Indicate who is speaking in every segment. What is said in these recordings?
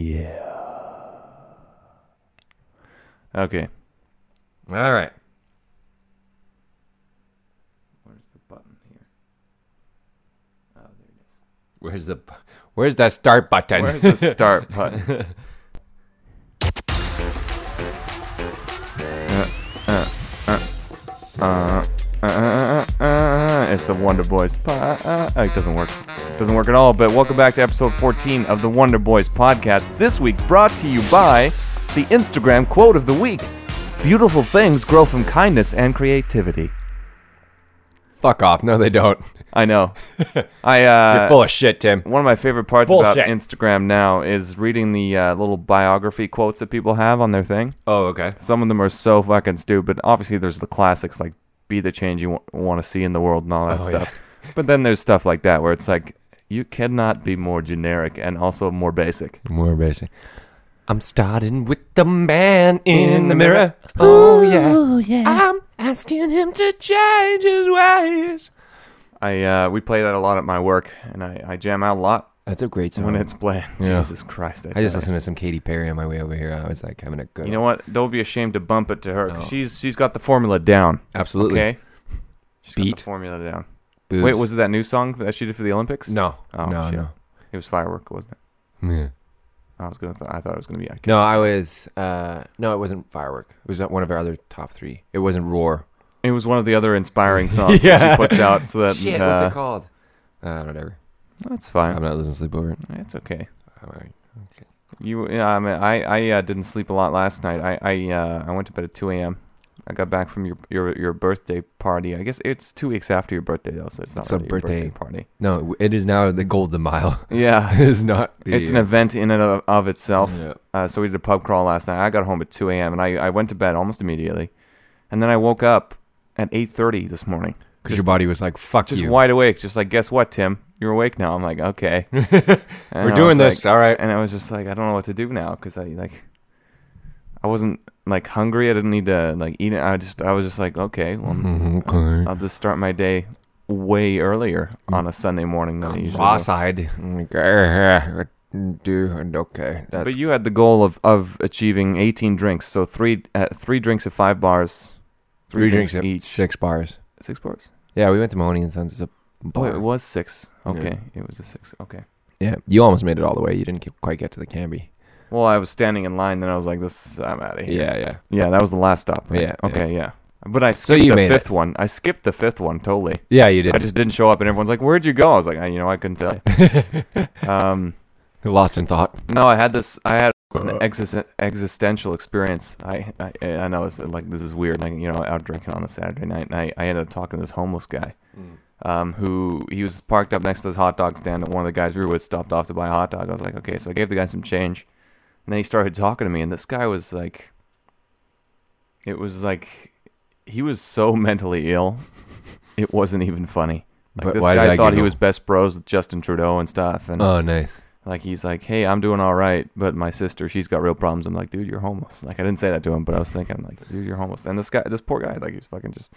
Speaker 1: Yeah. Okay.
Speaker 2: All right.
Speaker 1: Where's the button here? Oh, there it is.
Speaker 2: Where's the Where's the start button?
Speaker 1: Where's the start button? Uh, uh, uh, uh, it's the Wonder Boys. Po- uh, uh, it doesn't work. It doesn't work at all. But welcome back to episode 14 of the Wonder Boys podcast. This week brought to you by the Instagram quote of the week: "Beautiful things grow from kindness and creativity."
Speaker 2: Fuck off. No, they don't.
Speaker 1: I know. I uh,
Speaker 2: You're full of shit, Tim.
Speaker 1: One of my favorite parts about
Speaker 2: Bullshit.
Speaker 1: Instagram now is reading the uh, little biography quotes that people have on their thing.
Speaker 2: Oh, okay.
Speaker 1: Some of them are so fucking stupid. Obviously, there's the classics like "Be the change you want to see in the world" and all that
Speaker 2: Oh,
Speaker 1: stuff. But then there's stuff like that where it's like you cannot be more generic and also more basic.
Speaker 2: More basic. I'm starting with the man in,
Speaker 1: In
Speaker 2: the
Speaker 1: the
Speaker 2: mirror. Oh yeah. I'm asking him to change his ways.
Speaker 1: I uh, we play that a lot at my work, and I, I jam out a lot
Speaker 2: That's a great song.
Speaker 1: when it's playing.
Speaker 2: Yeah.
Speaker 1: Jesus Christ!
Speaker 2: I just
Speaker 1: tell ya.
Speaker 2: listened to some Katy Perry on my way over here. I was like having a good.
Speaker 1: You know what? Don't be ashamed to bump it to her. 'cause
Speaker 2: Oh.
Speaker 1: She's she's got the formula down.
Speaker 2: Absolutely.
Speaker 1: Okay. She's got the
Speaker 2: Beat.
Speaker 1: formula down.
Speaker 2: Boobs.
Speaker 1: Wait, was it that new song that she did for the Olympics?
Speaker 2: No.
Speaker 1: Oh,
Speaker 2: no,
Speaker 1: shit.
Speaker 2: no.
Speaker 1: it was Firework, wasn't it?
Speaker 2: Yeah.
Speaker 1: I was gonna. Th- I thought it was gonna be. I
Speaker 2: No, I was. Uh, no, it wasn't Firework. It was one of our other top three. It wasn't Roar.
Speaker 1: It was one of the other inspiring songs that
Speaker 2: Yeah.
Speaker 1: she puts out. So that
Speaker 2: Shit,
Speaker 1: uh,
Speaker 2: what's it called? Uh, whatever.
Speaker 1: that's
Speaker 2: I'm
Speaker 1: fine.
Speaker 2: not losing sleep over it.
Speaker 1: It's okay.
Speaker 2: All right.
Speaker 1: You, yeah, I mean, I, I uh, didn't sleep a lot last night. I, I, uh, I went to bed at 2 a.m. I got back from your, your, your birthday party. I guess it's two weeks after your birthday though, so it's not
Speaker 2: It's a
Speaker 1: really your birthday
Speaker 2: birthday.
Speaker 1: party.
Speaker 2: No, it is now the Golden Mile.
Speaker 1: Yeah,
Speaker 2: it is not. The, uh,
Speaker 1: it's an event in and of, of itself.
Speaker 2: Yeah.
Speaker 1: Uh, so we did a pub crawl last night. I got home at 2 a.m. and I, I went to bed almost immediately, and then I woke up at 8:30 this morning.
Speaker 2: Because your body was like, "Fuck
Speaker 1: just
Speaker 2: you."
Speaker 1: wide awake, just like, guess what, Tim? You're awake now. I'm like, okay. And I
Speaker 2: We're doing
Speaker 1: was
Speaker 2: this.
Speaker 1: like-
Speaker 2: All right.
Speaker 1: and I was just like, I don't know what to do now because I like, I wasn't like hungry. I didn't need to like eat it. I just, I was just like, okay, well,
Speaker 2: Mm-hmm, Okay. Mm.
Speaker 1: I'll just start my day way earlier on a Sunday morning than I usually. do.
Speaker 2: Raw-eyed. Okay. Do and Mm-hmm. okay. That's
Speaker 1: But you had the goal of of achieving 18 drinks, so three uh, three drinks at five bars,
Speaker 2: three drinks at
Speaker 1: each,
Speaker 2: six bars.
Speaker 1: six bars.
Speaker 2: Yeah, we went to Mahoney and Sons. It's a
Speaker 1: Oh,
Speaker 2: bar.
Speaker 1: it was six.
Speaker 2: Yeah.
Speaker 1: Okay, it was a six. Okay.
Speaker 2: Yeah, you almost made it all the way. You didn't get, quite get to the Canby.
Speaker 1: Well, I was standing in line, then I was like, "This, I'm out of here."
Speaker 2: Yeah, yeah.
Speaker 1: Yeah, that was the last stop. right?
Speaker 2: Yeah,
Speaker 1: Okay, yeah. But I skipped
Speaker 2: So you
Speaker 1: the
Speaker 2: made
Speaker 1: fifth one. I skipped the fifth one totally.
Speaker 2: Yeah, you did.
Speaker 1: I just didn't show up, and everyone's like, "Where'd you go?" I was like, I, "You know, I couldn't tell." you." um,
Speaker 2: Lost in thought.
Speaker 1: no, I had this. I had
Speaker 2: Uh,
Speaker 1: an exis- existential experience. I, I I know it's like this is weird. Like you know, out drinking on a Saturday night, and I, I ended up talking to this homeless guy, um, who he was parked up next to this hot dog stand, and one of the guys we were with stopped off to buy a hot dog. I was like, okay, so I gave the guy some change, and then he started talking to me, and this guy was like, it was like, he was so mentally ill, it wasn't even funny. Like
Speaker 2: But
Speaker 1: this
Speaker 2: why did
Speaker 1: guy
Speaker 2: I
Speaker 1: thought he
Speaker 2: giggle?
Speaker 1: was best bros with Justin Trudeau and stuff, and
Speaker 2: Oh, nice.
Speaker 1: like he's like, "Hey, I'm doing all right, but my sister, she's got real problems." I'm like, "Dude, you're homeless." Like I didn't say that to him, but I was thinking, like, "Dude, you're homeless." And this guy, this poor guy, like he's fucking just.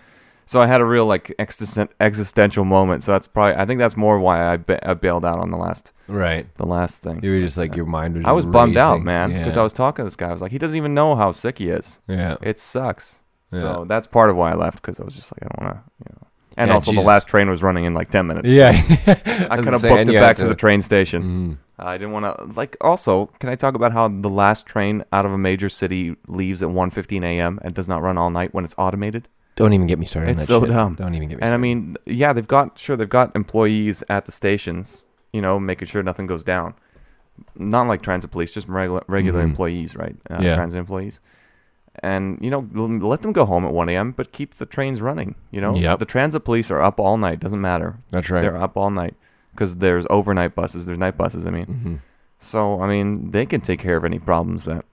Speaker 1: So I had a real like existen- existential moment. So that's probably I think that's more why I, ba- I bailed out on the last
Speaker 2: Right.
Speaker 1: the last thing.
Speaker 2: You were just like your mind was.
Speaker 1: I was bummed out,
Speaker 2: racing.
Speaker 1: man,
Speaker 2: Yeah.
Speaker 1: because I was talking to this guy. I was like, he doesn't even know how sick he is.
Speaker 2: Yeah.
Speaker 1: It sucks.
Speaker 2: Yeah.
Speaker 1: So that's part of why I left because I was just like, I don't want to. You know. And
Speaker 2: Yeah,
Speaker 1: also,
Speaker 2: Jesus.
Speaker 1: the last train was running in like ten minutes.
Speaker 2: Yeah.
Speaker 1: I could have booked it back to the train station.
Speaker 2: Mm.
Speaker 1: Uh, I didn't want to like. Also, can I talk about how the last train out of a major city leaves at 1:15 a.m. and does not run all night when it's automated?
Speaker 2: Don't even get me started. on
Speaker 1: It's
Speaker 2: that
Speaker 1: so
Speaker 2: shit.
Speaker 1: dumb.
Speaker 2: Don't even get me.
Speaker 1: And I
Speaker 2: started.
Speaker 1: mean, yeah, they've got sure they've got employees at the stations, you know, making sure nothing goes down. Not like transit police, just regular regular
Speaker 2: Mhm.
Speaker 1: employees, right? Uh,
Speaker 2: Yeah.
Speaker 1: Transit employees. And you know, l- let them go home at 1 a.m., but keep the trains running. You know,
Speaker 2: Yep.
Speaker 1: the transit police are up all night. Doesn't matter.
Speaker 2: that's right.
Speaker 1: They're up all night because there's overnight buses. There's night buses. I mean.
Speaker 2: Mhm.
Speaker 1: So I mean, they can take care of any problems that,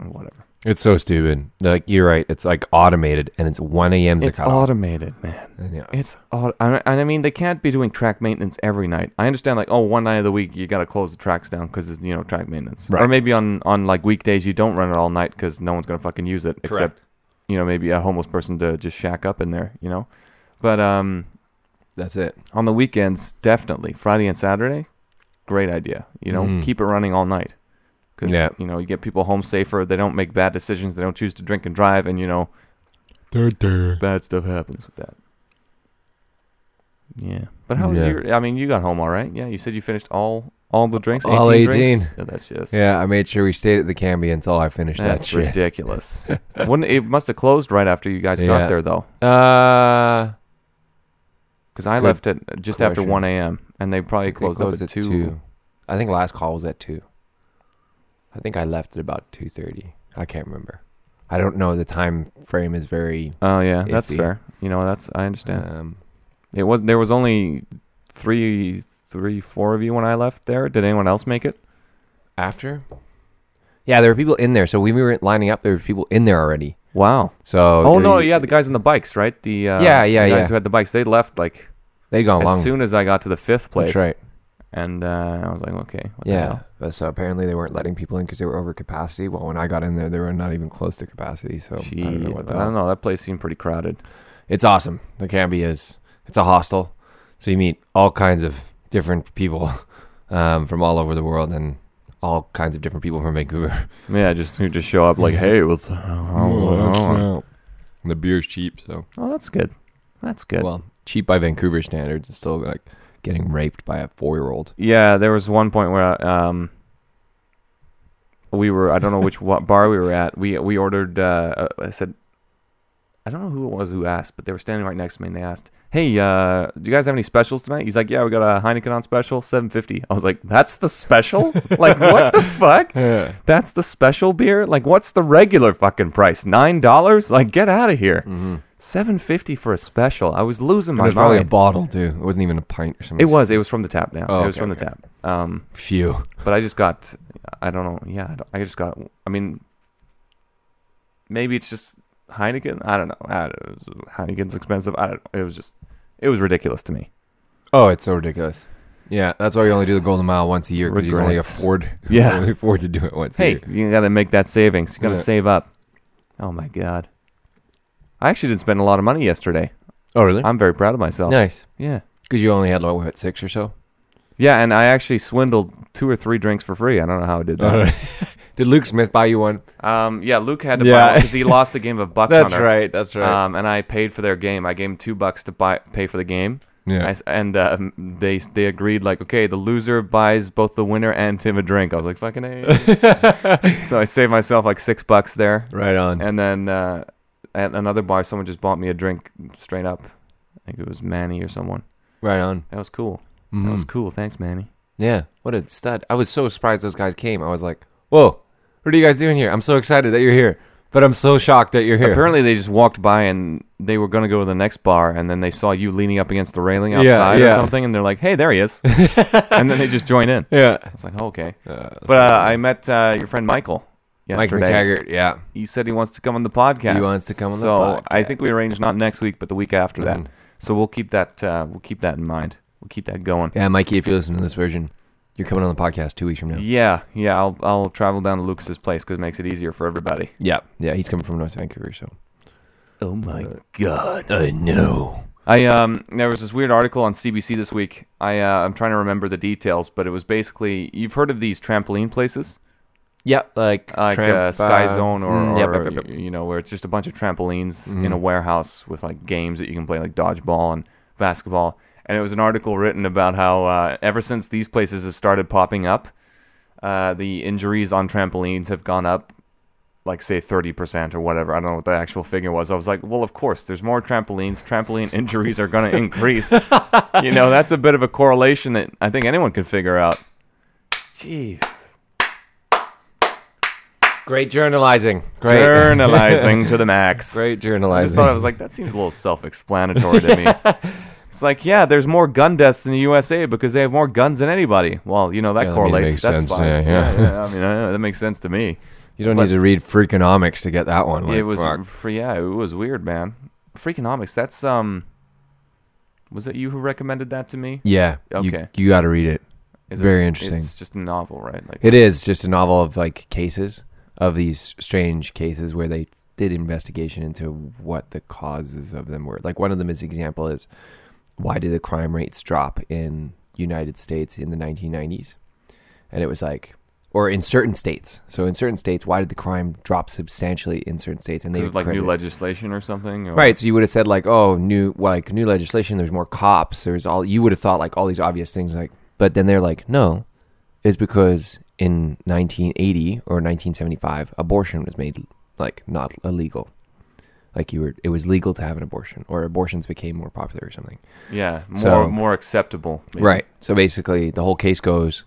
Speaker 1: whatever.
Speaker 2: It's so stupid. Like you're right. It's like automated, and it's 1 a.m. 's the
Speaker 1: It's
Speaker 2: cutoff.
Speaker 1: automated, man.
Speaker 2: Yeah.
Speaker 1: It's auto- and I mean, they can't be doing track maintenance every night. I understand, like, oh, one night of the week you got to close the tracks down because it's you know track maintenance, or
Speaker 2: Right.
Speaker 1: maybe on on like weekdays you don't run it all night because no one's gonna fucking use it except
Speaker 2: Correct.
Speaker 1: you know maybe a homeless person to just shack up in there, you know. But um,
Speaker 2: That's it.
Speaker 1: on the weekends, definitely Friday and Saturday, great idea. You know,
Speaker 2: Mhm.
Speaker 1: keep it running all night. because
Speaker 2: Yeah.
Speaker 1: you know you get people home safer. They don't make bad decisions. They don't choose to drink and drive, and you know bad stuff happens with that. Yeah, but how was
Speaker 2: Yeah.
Speaker 1: your? I mean, you got home all right. Yeah, you said you finished all all the drinks. 18
Speaker 2: All 18.
Speaker 1: Drinks? Yeah, that's just
Speaker 2: Yeah, I made sure we stayed at the Cambie until I finished that
Speaker 1: That's
Speaker 2: shit.
Speaker 1: ridiculous. Wouldn't, it must have closed right after you guys
Speaker 2: Yeah.
Speaker 1: got there, though,
Speaker 2: Uh,
Speaker 1: because I
Speaker 2: Good
Speaker 1: left at just after
Speaker 2: question.
Speaker 1: one a.m. and they probably
Speaker 2: they
Speaker 1: closed,
Speaker 2: closed
Speaker 1: up at, two.
Speaker 2: I think last call was at two. I think I left at about two thirty. I can't remember. I don't know. The time frame is very.
Speaker 1: Oh yeah, that's
Speaker 2: Iffy.
Speaker 1: fair. You know, that's I understand.
Speaker 2: Um,
Speaker 1: It was there was only three, three, four of you when I left there. Did anyone else make it?
Speaker 2: after. Yeah, there were people in there. So when we were lining up, there were people in there already.
Speaker 1: Wow.
Speaker 2: So
Speaker 1: Oh, no,
Speaker 2: they-
Speaker 1: yeah, the guys on the bikes, right? The uh,
Speaker 2: Yeah, yeah,
Speaker 1: the guys
Speaker 2: yeah.
Speaker 1: who had the bikes. They left like
Speaker 2: they'd gone
Speaker 1: as
Speaker 2: long.
Speaker 1: soon as I got to the fifth place.
Speaker 2: That's right.
Speaker 1: And uh, I was like, okay, what the
Speaker 2: Yeah,
Speaker 1: hell?
Speaker 2: but so apparently they weren't letting people in because they were over capacity. Well, when I got in there, they were not even close to capacity. So I don't know
Speaker 1: Gee,
Speaker 2: what
Speaker 1: I
Speaker 2: that.
Speaker 1: don't know. That place seemed pretty crowded.
Speaker 2: It's awesome. The Cambie is. It's a hostel, so you meet all kinds of different people um, from all over the world and all kinds of different people from Vancouver.
Speaker 1: Yeah, just who just show up like, hey, what's
Speaker 2: Oh, And the beer's cheap, so
Speaker 1: Oh, that's good. That's good.
Speaker 2: well, cheap by Vancouver standards. It's still like getting raped by a four-year-old.
Speaker 1: yeah, there was one point where um, we were I don't know which what bar we were at. We we ordered. Uh, I said, I don't know who it was who asked, but they were standing right next to me and they asked, "Hey, uh, do you guys have any specials tonight?" He's like, "Yeah, we got a Heineken on special, seven fifty. I was like, "That's the special? like what the fuck? That's the special beer? Like what's the regular fucking price? Nine dollars? Like get out of here." Seven fifty for a special. I was losing
Speaker 2: It
Speaker 1: my
Speaker 2: was Mm-hmm. probably a
Speaker 1: mind.
Speaker 2: bottle too. It wasn't even a pint or something.
Speaker 1: It was. It was from the tap. Now
Speaker 2: Oh,
Speaker 1: it was
Speaker 2: okay,
Speaker 1: from the
Speaker 2: okay.
Speaker 1: tap. Um,
Speaker 2: few.
Speaker 1: but I just got. I don't know. Yeah, I, don't- I just got. I mean, maybe it's just Heineken. I don't know. I don't, Heineken's expensive. I don't. It was just. It was ridiculous to me.
Speaker 2: Oh, it's so ridiculous. Yeah, that's why you only do the Golden Mile once a year because you can only
Speaker 1: Regrets.
Speaker 2: afford,
Speaker 1: Yeah.
Speaker 2: only afford to do it once a
Speaker 1: Hey,
Speaker 2: year.
Speaker 1: you got to make that savings. You got to
Speaker 2: Yeah.
Speaker 1: save up. Oh my god. I actually didn't spend a lot of money yesterday.
Speaker 2: Oh, really?
Speaker 1: I'm very proud of myself.
Speaker 2: Nice.
Speaker 1: Yeah.
Speaker 2: Because you only had like what six or so.
Speaker 1: Yeah, and I actually swindled two or three drinks for free. I don't know how I did that.
Speaker 2: did Luke Smith buy you one?
Speaker 1: Um, yeah, Luke had to
Speaker 2: Yeah.
Speaker 1: buy because he lost a game of Buck Hunter.
Speaker 2: right. That's
Speaker 1: Um, and I paid for their game. I gave him two bucks to buy pay for the game. I
Speaker 2: yeah.
Speaker 1: s and uh, they they agreed like, okay, the loser buys both the winner and Tim a drink. I was like, fucking a. so I saved myself like six bucks there.
Speaker 2: Right on.
Speaker 1: And then uh, at another bar, someone just bought me a drink straight up. I think it was Manny or someone.
Speaker 2: Right on.
Speaker 1: That was cool. That was
Speaker 2: Mhm.
Speaker 1: cool. Thanks, Manny.
Speaker 2: Yeah. What a stud. I was so surprised those guys came. I was like, whoa, what are you guys doing here? I'm so excited that you're here, but I'm so shocked that you're here.
Speaker 1: Apparently, they just walked by and they were gonna go to the next bar, and then they saw you leaning up against the railing
Speaker 2: Yeah,
Speaker 1: outside
Speaker 2: yeah.
Speaker 1: or something, and they're like, "Hey, there he is," and then they just join in.
Speaker 2: Yeah.
Speaker 1: I was like, oh, "Okay,"
Speaker 2: Uh,
Speaker 1: but uh, I met uh, your friend Michael
Speaker 2: Mike
Speaker 1: yesterday.
Speaker 2: McTaggart. Yeah.
Speaker 1: He said he wants to come on the podcast.
Speaker 2: He wants to come on the
Speaker 1: so
Speaker 2: podcast.
Speaker 1: I think we arranged not next week, but the week after that.
Speaker 2: Mhm.
Speaker 1: So we'll keep that. Uh, we'll keep that in mind. We'll keep that going.
Speaker 2: Yeah, Mikey, if you listen to this version, you're coming on the podcast two weeks from now.
Speaker 1: Yeah, yeah. I'll I'll travel down to Lucas's place because it makes it easier for everybody.
Speaker 2: Yeah, yeah, he's coming from North Vancouver, so.
Speaker 1: Oh my
Speaker 2: God, I know.
Speaker 1: I um there was this weird article on CBC this week. I uh, I'm trying to remember the details, but it was basically you've heard of these trampoline places
Speaker 2: Yeah, like,
Speaker 1: like
Speaker 2: tramp,
Speaker 1: uh, Sky
Speaker 2: uh,
Speaker 1: Zone or,
Speaker 2: mm,
Speaker 1: or
Speaker 2: yep, yep, yep, yep.
Speaker 1: you know where it's just a bunch of trampolines
Speaker 2: Mhm.
Speaker 1: in a warehouse with like games that you can play like dodgeball and basketball. And it was an article written about how uh, ever since these places have started popping up, uh, the injuries on trampolines have gone up like say 30% or whatever. I don't know what the actual figure was. I was like, well, of course, there's more trampolines. Trampoline injuries are going to increase. you know, that's a bit of a correlation that I think anyone could figure out. Jeez.
Speaker 2: Great journalizing. Great.
Speaker 1: Journalizing to the max.
Speaker 2: Great
Speaker 1: I
Speaker 2: journalizing.
Speaker 1: just thought I was like, that seems a little self-explanatory to me. It's like, yeah, there's more gun deaths in the USA because they have more guns than anybody. Well, you know that
Speaker 2: Yeah, I mean, it
Speaker 1: correlates.
Speaker 2: makes
Speaker 1: That's
Speaker 2: sense.
Speaker 1: fine.
Speaker 2: Yeah, yeah.
Speaker 1: I mean, uh, that makes sense to me.
Speaker 2: you don't
Speaker 1: but-
Speaker 2: need to read Freakonomics to get that one. Like,
Speaker 1: it was,
Speaker 2: fuck.
Speaker 1: fr- yeah, it was weird, man. Freakonomics. That's um, was it you who recommended that to me?
Speaker 2: Yeah,
Speaker 1: Okay.
Speaker 2: you, you got to read it.
Speaker 1: Is
Speaker 2: Very interesting.
Speaker 1: It's just a novel, right? Like,
Speaker 2: It is just a novel of like cases of these strange cases where they did investigation into what the causes of them were. Like one of them is example is why did the crime rates drop in United States in the 1990s? And it was like or in certain states. So in certain states, why did the crime drop substantially in certain states? And they
Speaker 1: Is it like new
Speaker 2: credit-
Speaker 1: legislation or something? Or,
Speaker 2: Right, so you would have said like, oh, new like new legislation. There's more cops. There's all you would have thought like all these obvious things like, but then they're like, no, it's because in 1980 or 1975, abortion was made like not illegal. Like you were, it was legal to have an abortion, or abortions became more popular or something.
Speaker 1: Yeah. More
Speaker 2: So-
Speaker 1: more acceptable. maybe.
Speaker 2: Right. So basically, the whole case goes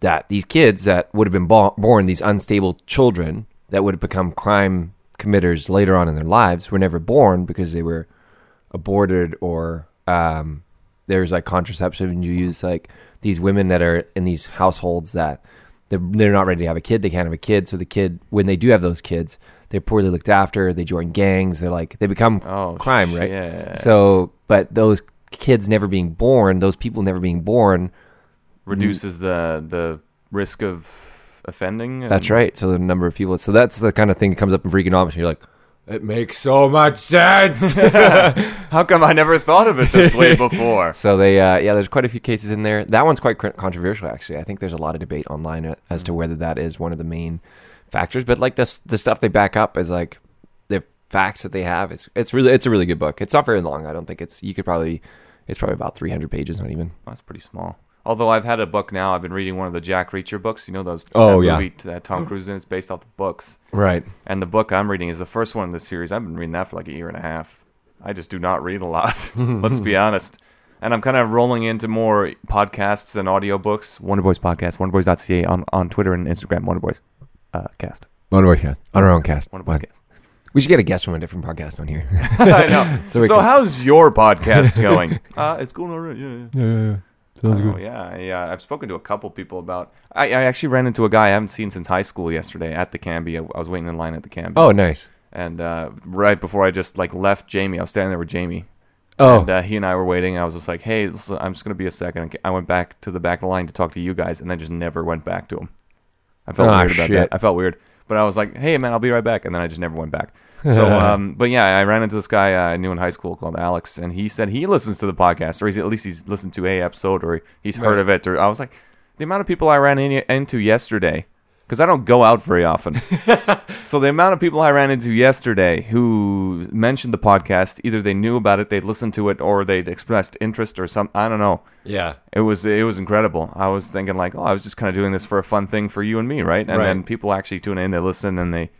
Speaker 2: that these kids that would have been bo- born, these unstable children that would have become crime committers later on in their lives, were never born because they were aborted or um, there's like contraception you use, like these women that are in these households that they're, they're not ready to have a kid, they can't have a kid. So the kid, when they do have those kids, they're poorly looked after, they join gangs, they're like, they become
Speaker 1: Oh,
Speaker 2: crime, right?
Speaker 1: shit.
Speaker 2: So, but those kids never being born, those people never being born. mm.
Speaker 1: reduces the the risk of offending. and-
Speaker 2: That's right. So the number of people. So that's the kind of thing that comes up in freakonomics. And you're like, it makes so much sense.
Speaker 1: How come I never thought of it this way before?
Speaker 2: so they, uh, yeah, there's quite a few cases in there. That one's quite cr- controversial, actually. I think there's a lot of debate online uh, as to whether that is one of the main factors. But like this, the stuff they back up is like the facts that they have. It's it's really it's a really good book. It's not very long. I don't think it's you could probably it's probably about 300 pages, not even.
Speaker 1: That's pretty small. Although I've had a book now, I've been reading one of the Jack Reacher books. You know those?
Speaker 2: Oh,
Speaker 1: that
Speaker 2: yeah.
Speaker 1: Movie that Tom Cruise in. It's based off the books.
Speaker 2: Right.
Speaker 1: And the book I'm reading is the first one in the series. I've been reading that for like a year and a half. I just do not read a lot. Let's be honest. And I'm kind of rolling into more podcasts and audioboocs. Wonderboys podcast, wonderboys.ca on, on Twitter and Instagram, Wonderboys uh, cast.
Speaker 2: On our cast. On our own cast.
Speaker 1: Wonderboys cast.
Speaker 2: We should get a guest from a different podcast on here.
Speaker 1: I know. So,
Speaker 2: So we can-
Speaker 1: how's your podcast going? uh, it's going all right. Yeah, yeah.
Speaker 2: yeah, yeah. Sounds
Speaker 1: Oh, yeah, yeah. I've spoken to a couple people about. I, I actually ran into a guy I haven't seen since high school yesterday at the Canby. I, I was waiting in line at the Canby,
Speaker 2: Oh, nice.
Speaker 1: and uh, right before I just like left Jamie, I was standing there with Jamie,
Speaker 2: Oh,
Speaker 1: and uh, he and I were waiting. And I was just like, "Hey, this- I'm just gonna be a second. I went back to the back of the line to talk to you guys, and then just never went back to him. I felt
Speaker 2: Ah,
Speaker 1: weird about
Speaker 2: shit.
Speaker 1: that. I felt weird, but I was like, "Hey, man, I'll be right back," and then I just never went back. So, um, but yeah, I ran into this guy uh, I knew in high school called Alex, and he said he listens to the podcast, or he's, at least he's listened to a episode, or he's heard
Speaker 2: Right.
Speaker 1: of it. Or I was like, the amount of people I ran in, into yesterday, because I don't go out very often. So the amount of people I ran into yesterday who mentioned the podcast, either they knew about it, they listened to it, or they would expressed interest or some I don't know.
Speaker 2: yeah.
Speaker 1: It was it was incredible. I was thinking like, oh, I was just kind of doing this for a fun thing for you and me, right? And
Speaker 2: Right.
Speaker 1: then people actually tune in, they listen, and they,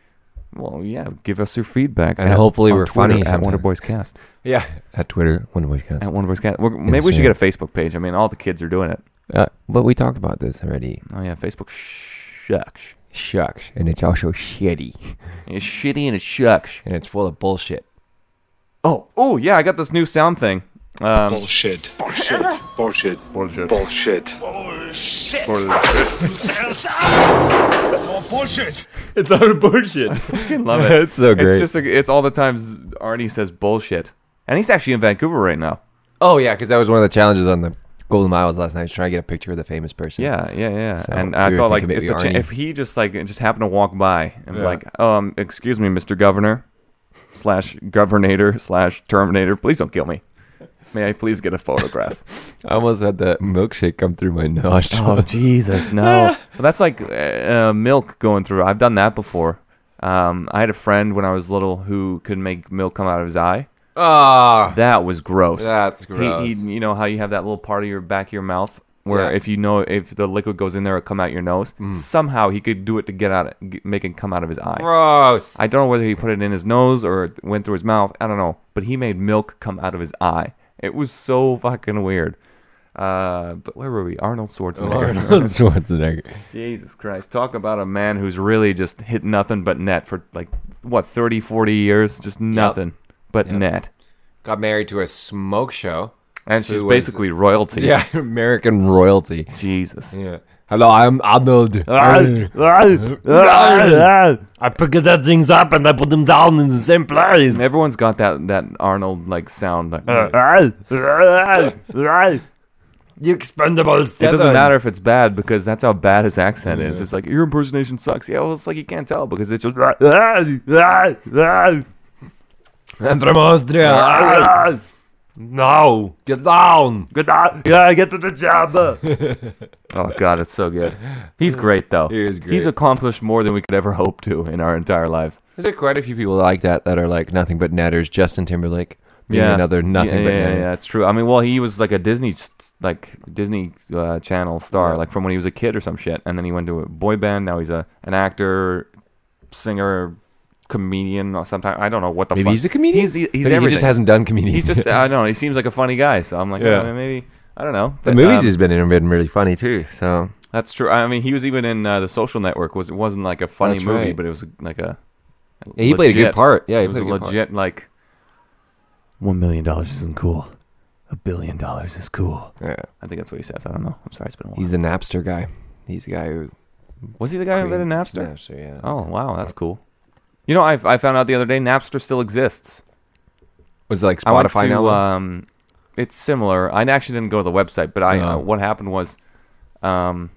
Speaker 1: well, yeah, give us your feedback.
Speaker 2: And hopefully
Speaker 1: on
Speaker 2: we're
Speaker 1: Twitter,
Speaker 2: funny
Speaker 1: at
Speaker 2: sometime.
Speaker 1: Wonder Boys Cast.
Speaker 2: Yeah. At Twitter, Wonder Boys Cast.
Speaker 1: At Wonder Boys Cast. We're, maybe we should
Speaker 2: Insane.
Speaker 1: get a Facebook page. I mean, all the kids are doing it.
Speaker 2: Uh, but we talked about this already.
Speaker 1: Oh yeah, Facebook shucks.
Speaker 2: Shucks. And it's also shitty.
Speaker 1: It's shitty and it shucks.
Speaker 2: And it's full of bullshit.
Speaker 1: Oh oh yeah, I got this new sound thing. Um,
Speaker 3: Bullshit. Bullshit. Bullshit. Bullshit. Bullshit.
Speaker 4: Bullshit. That's all bullshit.
Speaker 2: It's all bullshit.
Speaker 1: love it.
Speaker 2: It's so great.
Speaker 1: It's just like, it's all the times Arnie says bullshit, and he's actually in Vancouver right now.
Speaker 2: oh, yeah, because that was one of the challenges on the Golden Miles last night, trying to get a picture of the famous person.
Speaker 1: Yeah, yeah, yeah.
Speaker 2: So
Speaker 1: and
Speaker 2: we
Speaker 1: I
Speaker 2: were
Speaker 1: thought like if,
Speaker 2: thinking
Speaker 1: the
Speaker 2: maybe
Speaker 1: cha-
Speaker 2: Arnie-
Speaker 1: if he just like just happened to walk by and be
Speaker 2: Yeah.
Speaker 1: like, um, excuse me, Mister Governor, slash Governator slash Terminator, please don't kill me. May I please get a photograph?
Speaker 2: I almost had that milkshake come through my nostril.
Speaker 1: Oh, Jesus, no. Well, that's like uh, uh, milk going through. I've done that before. Um, I had a friend when I was little who could make milk come out of his eye.
Speaker 2: Ah.
Speaker 1: That was gross.
Speaker 2: That's
Speaker 1: He-
Speaker 2: gross.
Speaker 1: He, you know how you have that little part of your back of your mouth where
Speaker 2: Yeah. Mm.
Speaker 1: if you know if the liquid goes in there, it'll come out your nose. Somehow he could do it to get out, of, get- make it come out of his eye.
Speaker 2: gross.
Speaker 1: I don't know whether he put it in his nose or it went through his mouth. I don't know, but he made milk come out of his eye. It was so fucking weird. Uh, but where were we? Arnold Schwarzenegger.
Speaker 2: Arnold Schwarzenegger.
Speaker 1: Jesus Christ. Talk about a man who's really just hit nothing but net for like, what, 30, 40 years? Just nothing but
Speaker 2: Yep.
Speaker 1: net.
Speaker 2: Got married to a smoke show.
Speaker 1: And she's
Speaker 2: was-
Speaker 1: basically royalty.
Speaker 2: Yeah, American royalty.
Speaker 1: Jesus.
Speaker 2: Yeah. Hello, I'm Arnold.
Speaker 5: I picked that things up and I put them down in the same place.
Speaker 1: Everyone's got that that Arnold like sound.
Speaker 2: Uh,
Speaker 1: Like, it
Speaker 5: The expendable seven.
Speaker 1: doesn't matter if it's bad because that's how bad his accent is. It's like your impersonation sucks. Yeah, well, it's like you can't tell because it's just.
Speaker 2: Ah.
Speaker 5: I'm from Austria. No, get down. Get down. Yeah, get to the job.
Speaker 1: Oh God, it's so good. He's great though.
Speaker 2: He is great.
Speaker 1: He's accomplished more than we could ever hope to in our entire lives.
Speaker 2: There's like quite a few people like that that are like nothing but netters. Justin Timberlake, being another nothing
Speaker 1: yeah,
Speaker 2: but
Speaker 1: yeah, yeah,
Speaker 2: netter.
Speaker 1: yeah, it's true. I mean, well, he was like a Disney, s- like Disney uh, Channel star, like from when he was a kid or some shit, and then he went to a boy band. Now he's a an actor, singer, comedian, or sometime I don't know what the.
Speaker 2: Maybe
Speaker 1: fuck.
Speaker 2: he's a comedian.
Speaker 1: He's he- he's
Speaker 2: Maybe he just
Speaker 1: everything.
Speaker 2: hasn't done comedian.
Speaker 1: He's just I don't know. He seems like a funny guy, so I'm like,
Speaker 2: Yeah.
Speaker 1: oh, maybe I don't know.
Speaker 2: the
Speaker 1: But,
Speaker 2: movies
Speaker 1: um,
Speaker 2: has been been really funny too. So
Speaker 1: That's true. I mean, he was even in uh, the Social Network. Was it wasn't like a funny
Speaker 2: That's
Speaker 1: movie,
Speaker 2: right.
Speaker 1: but it was like a.
Speaker 2: Yeah, he played a good part. Yeah, he
Speaker 1: it was
Speaker 2: played a good part.
Speaker 1: legit. Like one million dollars isn't cool. A billion dollars is cool.
Speaker 2: yeah.
Speaker 1: I think that's what he says. I don't know. I'm sorry, it's been a while.
Speaker 2: he's the Napster guy. He's the guy who
Speaker 1: was he the guy who invented Napster?
Speaker 2: Napster, yeah.
Speaker 1: Oh wow, that's cool. You know, I I found out the other day Napster still exists.
Speaker 2: was it like
Speaker 1: I went
Speaker 2: Spotify
Speaker 1: to,
Speaker 2: now. though?
Speaker 1: Um, it's similar. I actually didn't go to the website, but I uh,
Speaker 2: Oh.
Speaker 1: what happened was, um,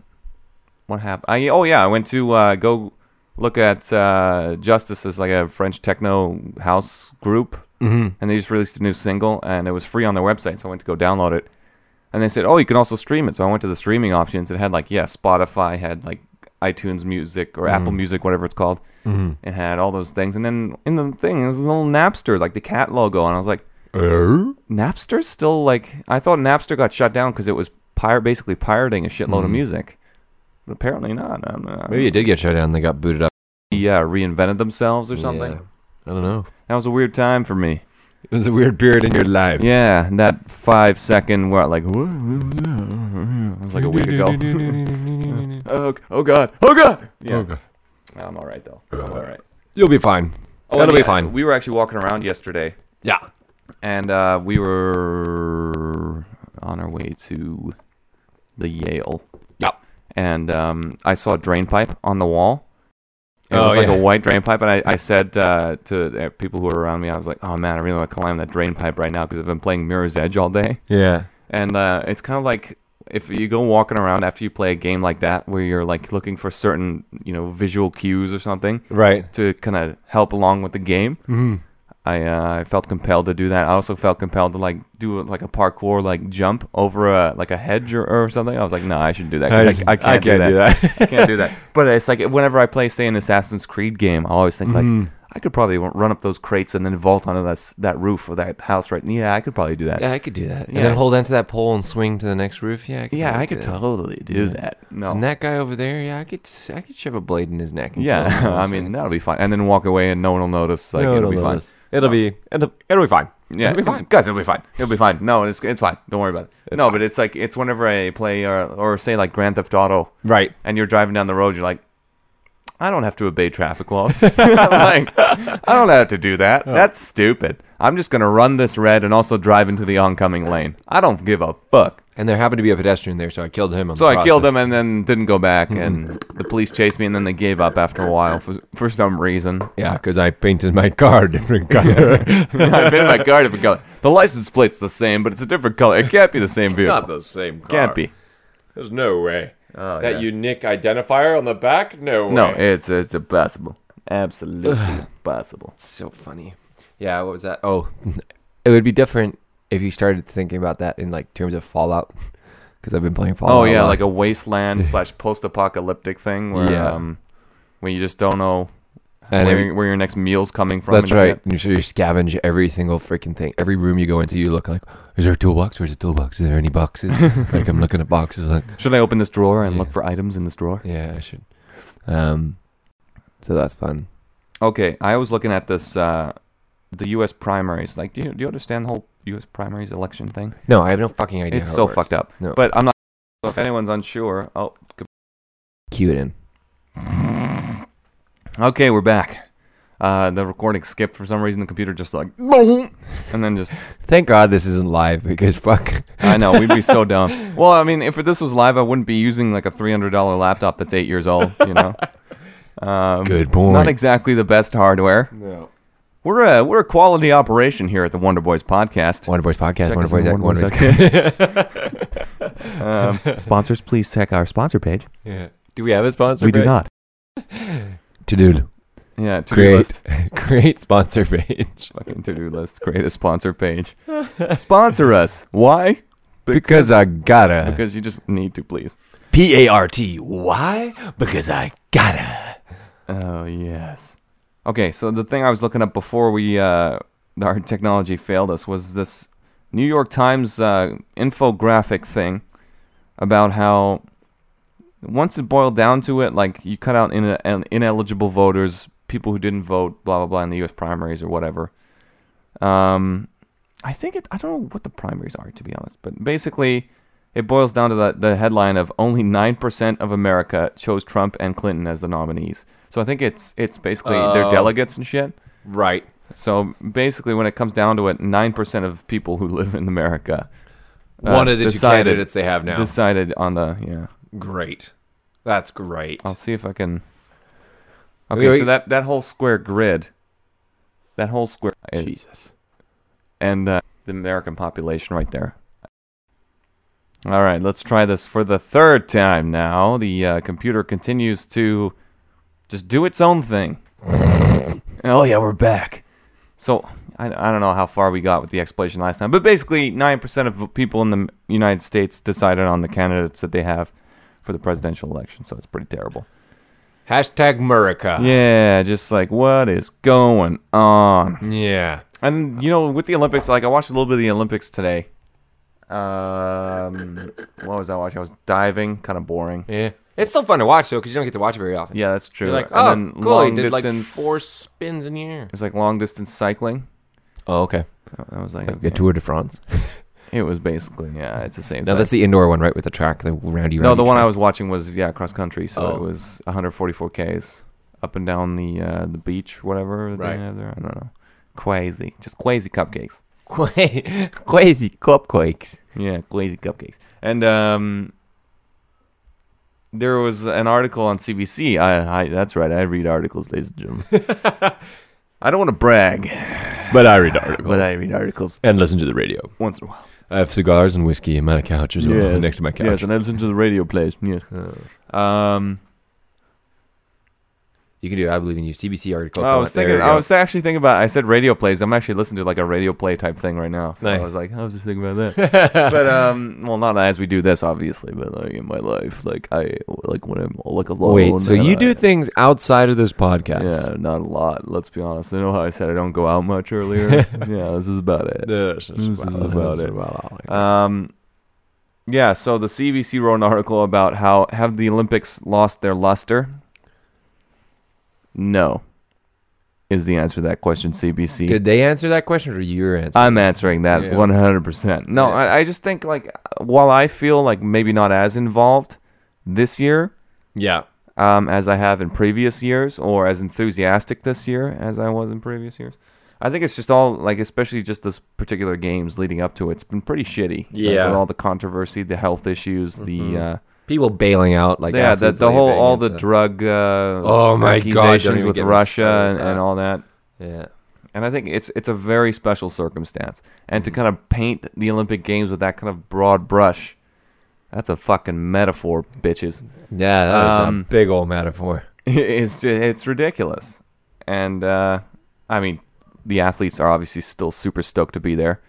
Speaker 1: what happened? I oh yeah, I went to uh, go look at uh, Justice as like a French techno house group, mm-hmm. and they just released a new single, and it was free on their website, so I went to go download it, and they said, oh, you can also stream it. So I went to the streaming options. It had like yeah, Spotify had like iTunes Music or
Speaker 2: Mm.
Speaker 1: Apple Music, whatever it's called.
Speaker 2: Mm-hmm.
Speaker 1: It had all those things, and then in the thing, it was a little Napster, like the cat logo, and I was like. Oh. Napster's still like I thought Napster got shut down because it was pir- basically pirating a shitload of music, but apparently not. I don't know.
Speaker 2: Hmm. Maybe it did get shut down. They got booted up
Speaker 1: yeah, reinvented themselves or something.
Speaker 2: Yeah. I don't know.
Speaker 1: That was a weird time for me.
Speaker 2: It was a weird period in your life.
Speaker 1: Yeah, and that five second where like "Whoa, whoa, whoa," it was like a week ago. oh, oh god, oh god. Yeah, I'm all right though. I'm all right.
Speaker 2: You'll be fine.
Speaker 1: Oh,
Speaker 2: That'll
Speaker 1: and
Speaker 2: be
Speaker 1: yeah,
Speaker 2: fine.
Speaker 1: We were actually walking around yesterday,
Speaker 2: yeah.
Speaker 1: and uh, we were on our way to the Yale.
Speaker 2: Yeah.
Speaker 1: and um, I saw a drain pipe on the wall. It
Speaker 2: Oh,
Speaker 1: was like
Speaker 2: yeah.
Speaker 1: a white drain pipe, and I, I said uh, to uh, people who were around me, I was like, "Oh man, I really want to climb that drain pipe right now because I've been playing Mirror's Edge all day."
Speaker 2: Yeah.
Speaker 1: And uh, it's kind of like if you go walking around after you play a game like that, where you're like looking for certain you know visual cues or something
Speaker 2: Right.
Speaker 1: to kind of help along with the game. I uh, I felt compelled to do that. I also felt compelled to like do like a parkour like jump over a like a hedge or, or something. I was like, no, I should do that. 'cause I, I, can't do that. I can't do that. But it's like whenever I play, say, an Assassin's Creed game, I always think like I could probably run up those crates and then vault onto that s- that roof or that house right. Yeah, I could probably do that.
Speaker 2: Yeah, I could do that.
Speaker 1: Yeah.
Speaker 2: And then hold onto that pole and swing to the next roof. Yeah, I could.
Speaker 1: Yeah,
Speaker 2: probably
Speaker 1: I
Speaker 2: do
Speaker 1: could
Speaker 2: that.
Speaker 1: totally do that. No.
Speaker 2: And that guy over there, yeah, I could, I could shove a blade in his neck. And kill him, you
Speaker 1: yeah,
Speaker 2: know what
Speaker 1: I
Speaker 2: I'm
Speaker 1: mean
Speaker 2: saying?
Speaker 1: that'll be fine, and then walk away and no one will notice. Like
Speaker 2: No,
Speaker 1: it'll
Speaker 2: no,
Speaker 1: be
Speaker 2: no,
Speaker 1: fine.
Speaker 2: it's- It'll be, it'll, it'll be fine.
Speaker 1: Yeah,
Speaker 2: it'll be fine.
Speaker 1: guys. It'll be fine. It'll be fine. No, it's it's fine. Don't worry about it. no, but it's like it's whenever I play or or say like Grand Theft Auto,
Speaker 2: Right.
Speaker 1: and you're driving down the road, you're like, I don't have to obey traffic laws. I'm like, I don't have to do that.
Speaker 2: Oh.
Speaker 1: That's stupid. I'm just gonna run this red and also drive into the oncoming lane. I don't give a fuck.
Speaker 2: And there happened to be a pedestrian there, so I killed him. On
Speaker 1: So
Speaker 2: the
Speaker 1: I killed
Speaker 2: process.
Speaker 1: him and then didn't go back, and the police chased me, and then they gave up after a while for, for some reason.
Speaker 2: Yeah, because I painted my car a different color.
Speaker 1: I've been in my car a different color. The license plate's the same, but it's a different color. It can't be the same vehicle.
Speaker 2: the same car.
Speaker 1: can't be. Oh,
Speaker 2: There's no way. that
Speaker 1: yeah.
Speaker 2: unique identifier on the back? No.
Speaker 1: No,
Speaker 2: way.
Speaker 1: it's it's impossible. Absolutely impossible.
Speaker 2: so funny. Yeah, what was that? Oh, it would be different if you started thinking about that in like terms of Fallout, because I've been playing Fallout.
Speaker 1: Oh yeah,
Speaker 2: lot.
Speaker 1: like a wasteland slash post-apocalyptic thing where
Speaker 2: Yeah.
Speaker 1: um, where you just don't know
Speaker 2: and
Speaker 1: where,
Speaker 2: every-
Speaker 1: your- where your next meal's coming from.
Speaker 2: that's
Speaker 1: and
Speaker 2: right.
Speaker 1: shit.
Speaker 2: And so you scavenge every single freaking thing. Every room you go into, you look like, is there a toolbox? Where's the toolbox? Is there any boxes? like I'm looking at boxes. Like,
Speaker 1: Should I open this drawer and
Speaker 2: Yeah.
Speaker 1: look for items in this drawer?
Speaker 2: yeah, I should. Um, so that's fun.
Speaker 1: Okay, I was looking at this uh, the U.S. primaries. Like, do you do you understand the whole U.S. primaries election thing?
Speaker 2: No, I have no fucking idea.
Speaker 1: it's
Speaker 2: how it
Speaker 1: so
Speaker 2: works.
Speaker 1: fucked up.
Speaker 2: No.
Speaker 1: But I'm not. So if anyone's unsure, oh,
Speaker 2: Cue it in.
Speaker 1: okay, we're back. Uh, the recording skipped for some reason. The computer just like boom, and then just
Speaker 2: Thank God this isn't live because fuck.
Speaker 1: I know we'd be so dumb. Well, I mean, if this was live, I wouldn't be using like a three hundred dollar laptop that's eight years old. You know, um,
Speaker 2: Good point.
Speaker 1: Not exactly the best hardware.
Speaker 2: No.
Speaker 1: We're a we're a quality operation here at the Wonder Boys podcast.
Speaker 2: Wonder Boys podcast. Wonder
Speaker 1: us
Speaker 2: Boys.
Speaker 1: on
Speaker 2: Wonder Boys.
Speaker 1: Um, Sponsors, please check our sponsor page.
Speaker 2: Do we have a sponsor?
Speaker 1: We do not.
Speaker 2: To do.
Speaker 1: Yeah, to do
Speaker 2: Great,
Speaker 1: list.
Speaker 2: great sponsor page.
Speaker 1: Fucking to do list. Create a sponsor page. Sponsor us. Why?
Speaker 2: Because I gotta.
Speaker 1: Because you just need to, please.
Speaker 2: P A R T. Why? Because I gotta.
Speaker 1: Oh yes. Okay, so the thing I was looking up before we uh, our technology failed us was this New York Times uh, infographic thing about how once it boiled down to it, like you cut out in- in- ineligible voters, people who didn't vote, blah blah blah, in the U.S. primaries or whatever. Um, I think it. I don't know what the primaries are to be honest, but basically, it boils down to the, the headline of only nine percent of America chose Trump and Clinton as the nominees. So I think it's it's basically their delegates and shit.
Speaker 2: Right.
Speaker 1: So basically, when it comes down to it, nine percent of people who live in America uh,
Speaker 2: One of the
Speaker 1: decided-
Speaker 2: two candidates they have now.
Speaker 1: decided on the yeah.
Speaker 2: great. That's great.
Speaker 1: I'll see if I can.
Speaker 2: Wait,
Speaker 1: Okay,
Speaker 2: wait.
Speaker 1: so that that whole square grid, that whole square,
Speaker 2: Jesus.
Speaker 1: and uh, the American population right there. All right, let's try this for the third time now. The uh, computer continues to just do its own thing. oh yeah, we're back. So I, I don't know how far we got with the explanation last time, but basically nine percent of people in the United States decided on the candidates that they have for the presidential election. So it's pretty terrible.
Speaker 2: Hashtag Murica.
Speaker 1: Yeah, just like what is going on?
Speaker 2: Yeah.
Speaker 1: And you know, with the Olympics, like I watched a little bit of the Olympics today. Um, what was I watching? I was diving, kind of boring.
Speaker 2: Yeah. It's still fun to watch though, because you don't get to watch it very often.
Speaker 1: Yeah, that's true.
Speaker 2: You're like,
Speaker 1: And
Speaker 2: oh,
Speaker 1: then
Speaker 2: cool. He
Speaker 1: long
Speaker 2: did
Speaker 1: distance-
Speaker 2: like four spins in the air.
Speaker 1: It was like long distance cycling.
Speaker 2: Oh, okay.
Speaker 1: I was like,
Speaker 2: The
Speaker 1: okay.
Speaker 2: Tour de France.
Speaker 1: it was basically yeah, it's the same.
Speaker 2: No,
Speaker 1: thing.
Speaker 2: that's the indoor one, right? With the track, the roundy.
Speaker 1: no,
Speaker 2: roundy
Speaker 1: the one
Speaker 2: track.
Speaker 1: I was watching was yeah, cross country. So
Speaker 2: Oh.
Speaker 1: it was 144 ks up and down the uh, the beach, whatever they
Speaker 2: Right.
Speaker 1: have there. I don't know, crazy, just crazy cupcakes.
Speaker 2: Qua- Crazy cupcakes.
Speaker 1: Yeah, glazed cupcakes. And um, there was an article on CBC. I, I that's right. I read articles, ladies and gentlemen. I don't want to brag,
Speaker 5: But I read articles
Speaker 1: but I read articles
Speaker 5: and listen to the radio.
Speaker 1: once in a while.
Speaker 2: I have cigars and whiskey in my couch as well,
Speaker 1: Yes.
Speaker 2: next to my couch.
Speaker 1: Yes, and I listen to the radio plays. Yes. Um,
Speaker 2: You can do. I believe in you. CBC article.
Speaker 1: I was thinking. I was actually thinking about. I said radio plays. I'm actually listening to like a radio play type thing right now. So I
Speaker 2: Nice.
Speaker 1: was like, I was just thinking about that. but um, well, not as we do this, obviously, but like in my life, like I like when I'm like alone.
Speaker 2: Wait. So
Speaker 1: and
Speaker 2: you
Speaker 1: I-
Speaker 2: do things outside of this podcast?
Speaker 1: Yeah, not a lot. Let's be honest. I know how I said I don't go out much earlier. yeah, this is about it.
Speaker 2: This is
Speaker 1: about it. Um, yeah. So the CBC wrote an article about how have the Olympics lost their luster? No, is the answer to that question. CBC.
Speaker 2: Did they answer that question or your answer?
Speaker 1: I'm answering that
Speaker 2: Yeah.
Speaker 1: 100%. No,
Speaker 2: Yeah.
Speaker 1: I, I just think like while I feel like maybe not as involved this year,
Speaker 2: yeah.
Speaker 1: um, as I have in previous years, or as enthusiastic this year as I was in previous years. I think it's just all like, especially just this particular games leading up to it. It's been pretty shitty. like,
Speaker 2: Yeah.
Speaker 1: with all the controversy, the health issues, the uh,
Speaker 2: People bailing out like
Speaker 1: yeah, the,
Speaker 2: athletes
Speaker 1: the whole
Speaker 2: leaving
Speaker 1: all
Speaker 2: and
Speaker 1: the
Speaker 2: stuff.
Speaker 1: drug uh,
Speaker 2: Oh my God, don't
Speaker 1: accusations
Speaker 2: even
Speaker 1: with
Speaker 2: get me
Speaker 1: Russia
Speaker 2: started
Speaker 1: and,
Speaker 2: on
Speaker 1: and
Speaker 2: that.
Speaker 1: all that.
Speaker 2: yeah.
Speaker 1: And I think it's it's a very special circumstance. And
Speaker 2: Mm-hmm.
Speaker 1: to kind of paint the Olympic Games with that kind of broad brush, that's a fucking metaphor, bitches.
Speaker 2: Yeah, that was
Speaker 1: Um,
Speaker 2: a big old metaphor.
Speaker 1: it's ju- it's ridiculous. And uh, I mean, the athletes are obviously still super stoked to be there.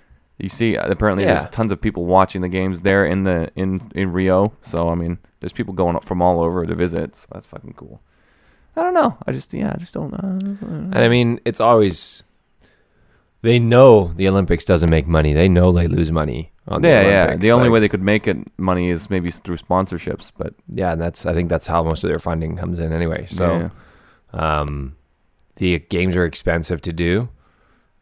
Speaker 1: You see, uh, apparently
Speaker 2: Yeah.
Speaker 1: there's tons of people watching the games there in the in in Rio. So I mean, there's people going up from all over to visit. So that's fucking cool. I don't know. I just yeah, I just don't. uh, I just- I don't know.
Speaker 2: And I mean, it's always they know the Olympics doesn't make money. They know they lose money on the
Speaker 1: yeah, yeah.
Speaker 2: Olympics.
Speaker 1: The only
Speaker 2: Like,
Speaker 1: way they could make it money is maybe through sponsorships, but
Speaker 2: yeah, and that's I think that's how most of their funding comes in anyway. So,
Speaker 1: so
Speaker 2: um, the games are expensive to do.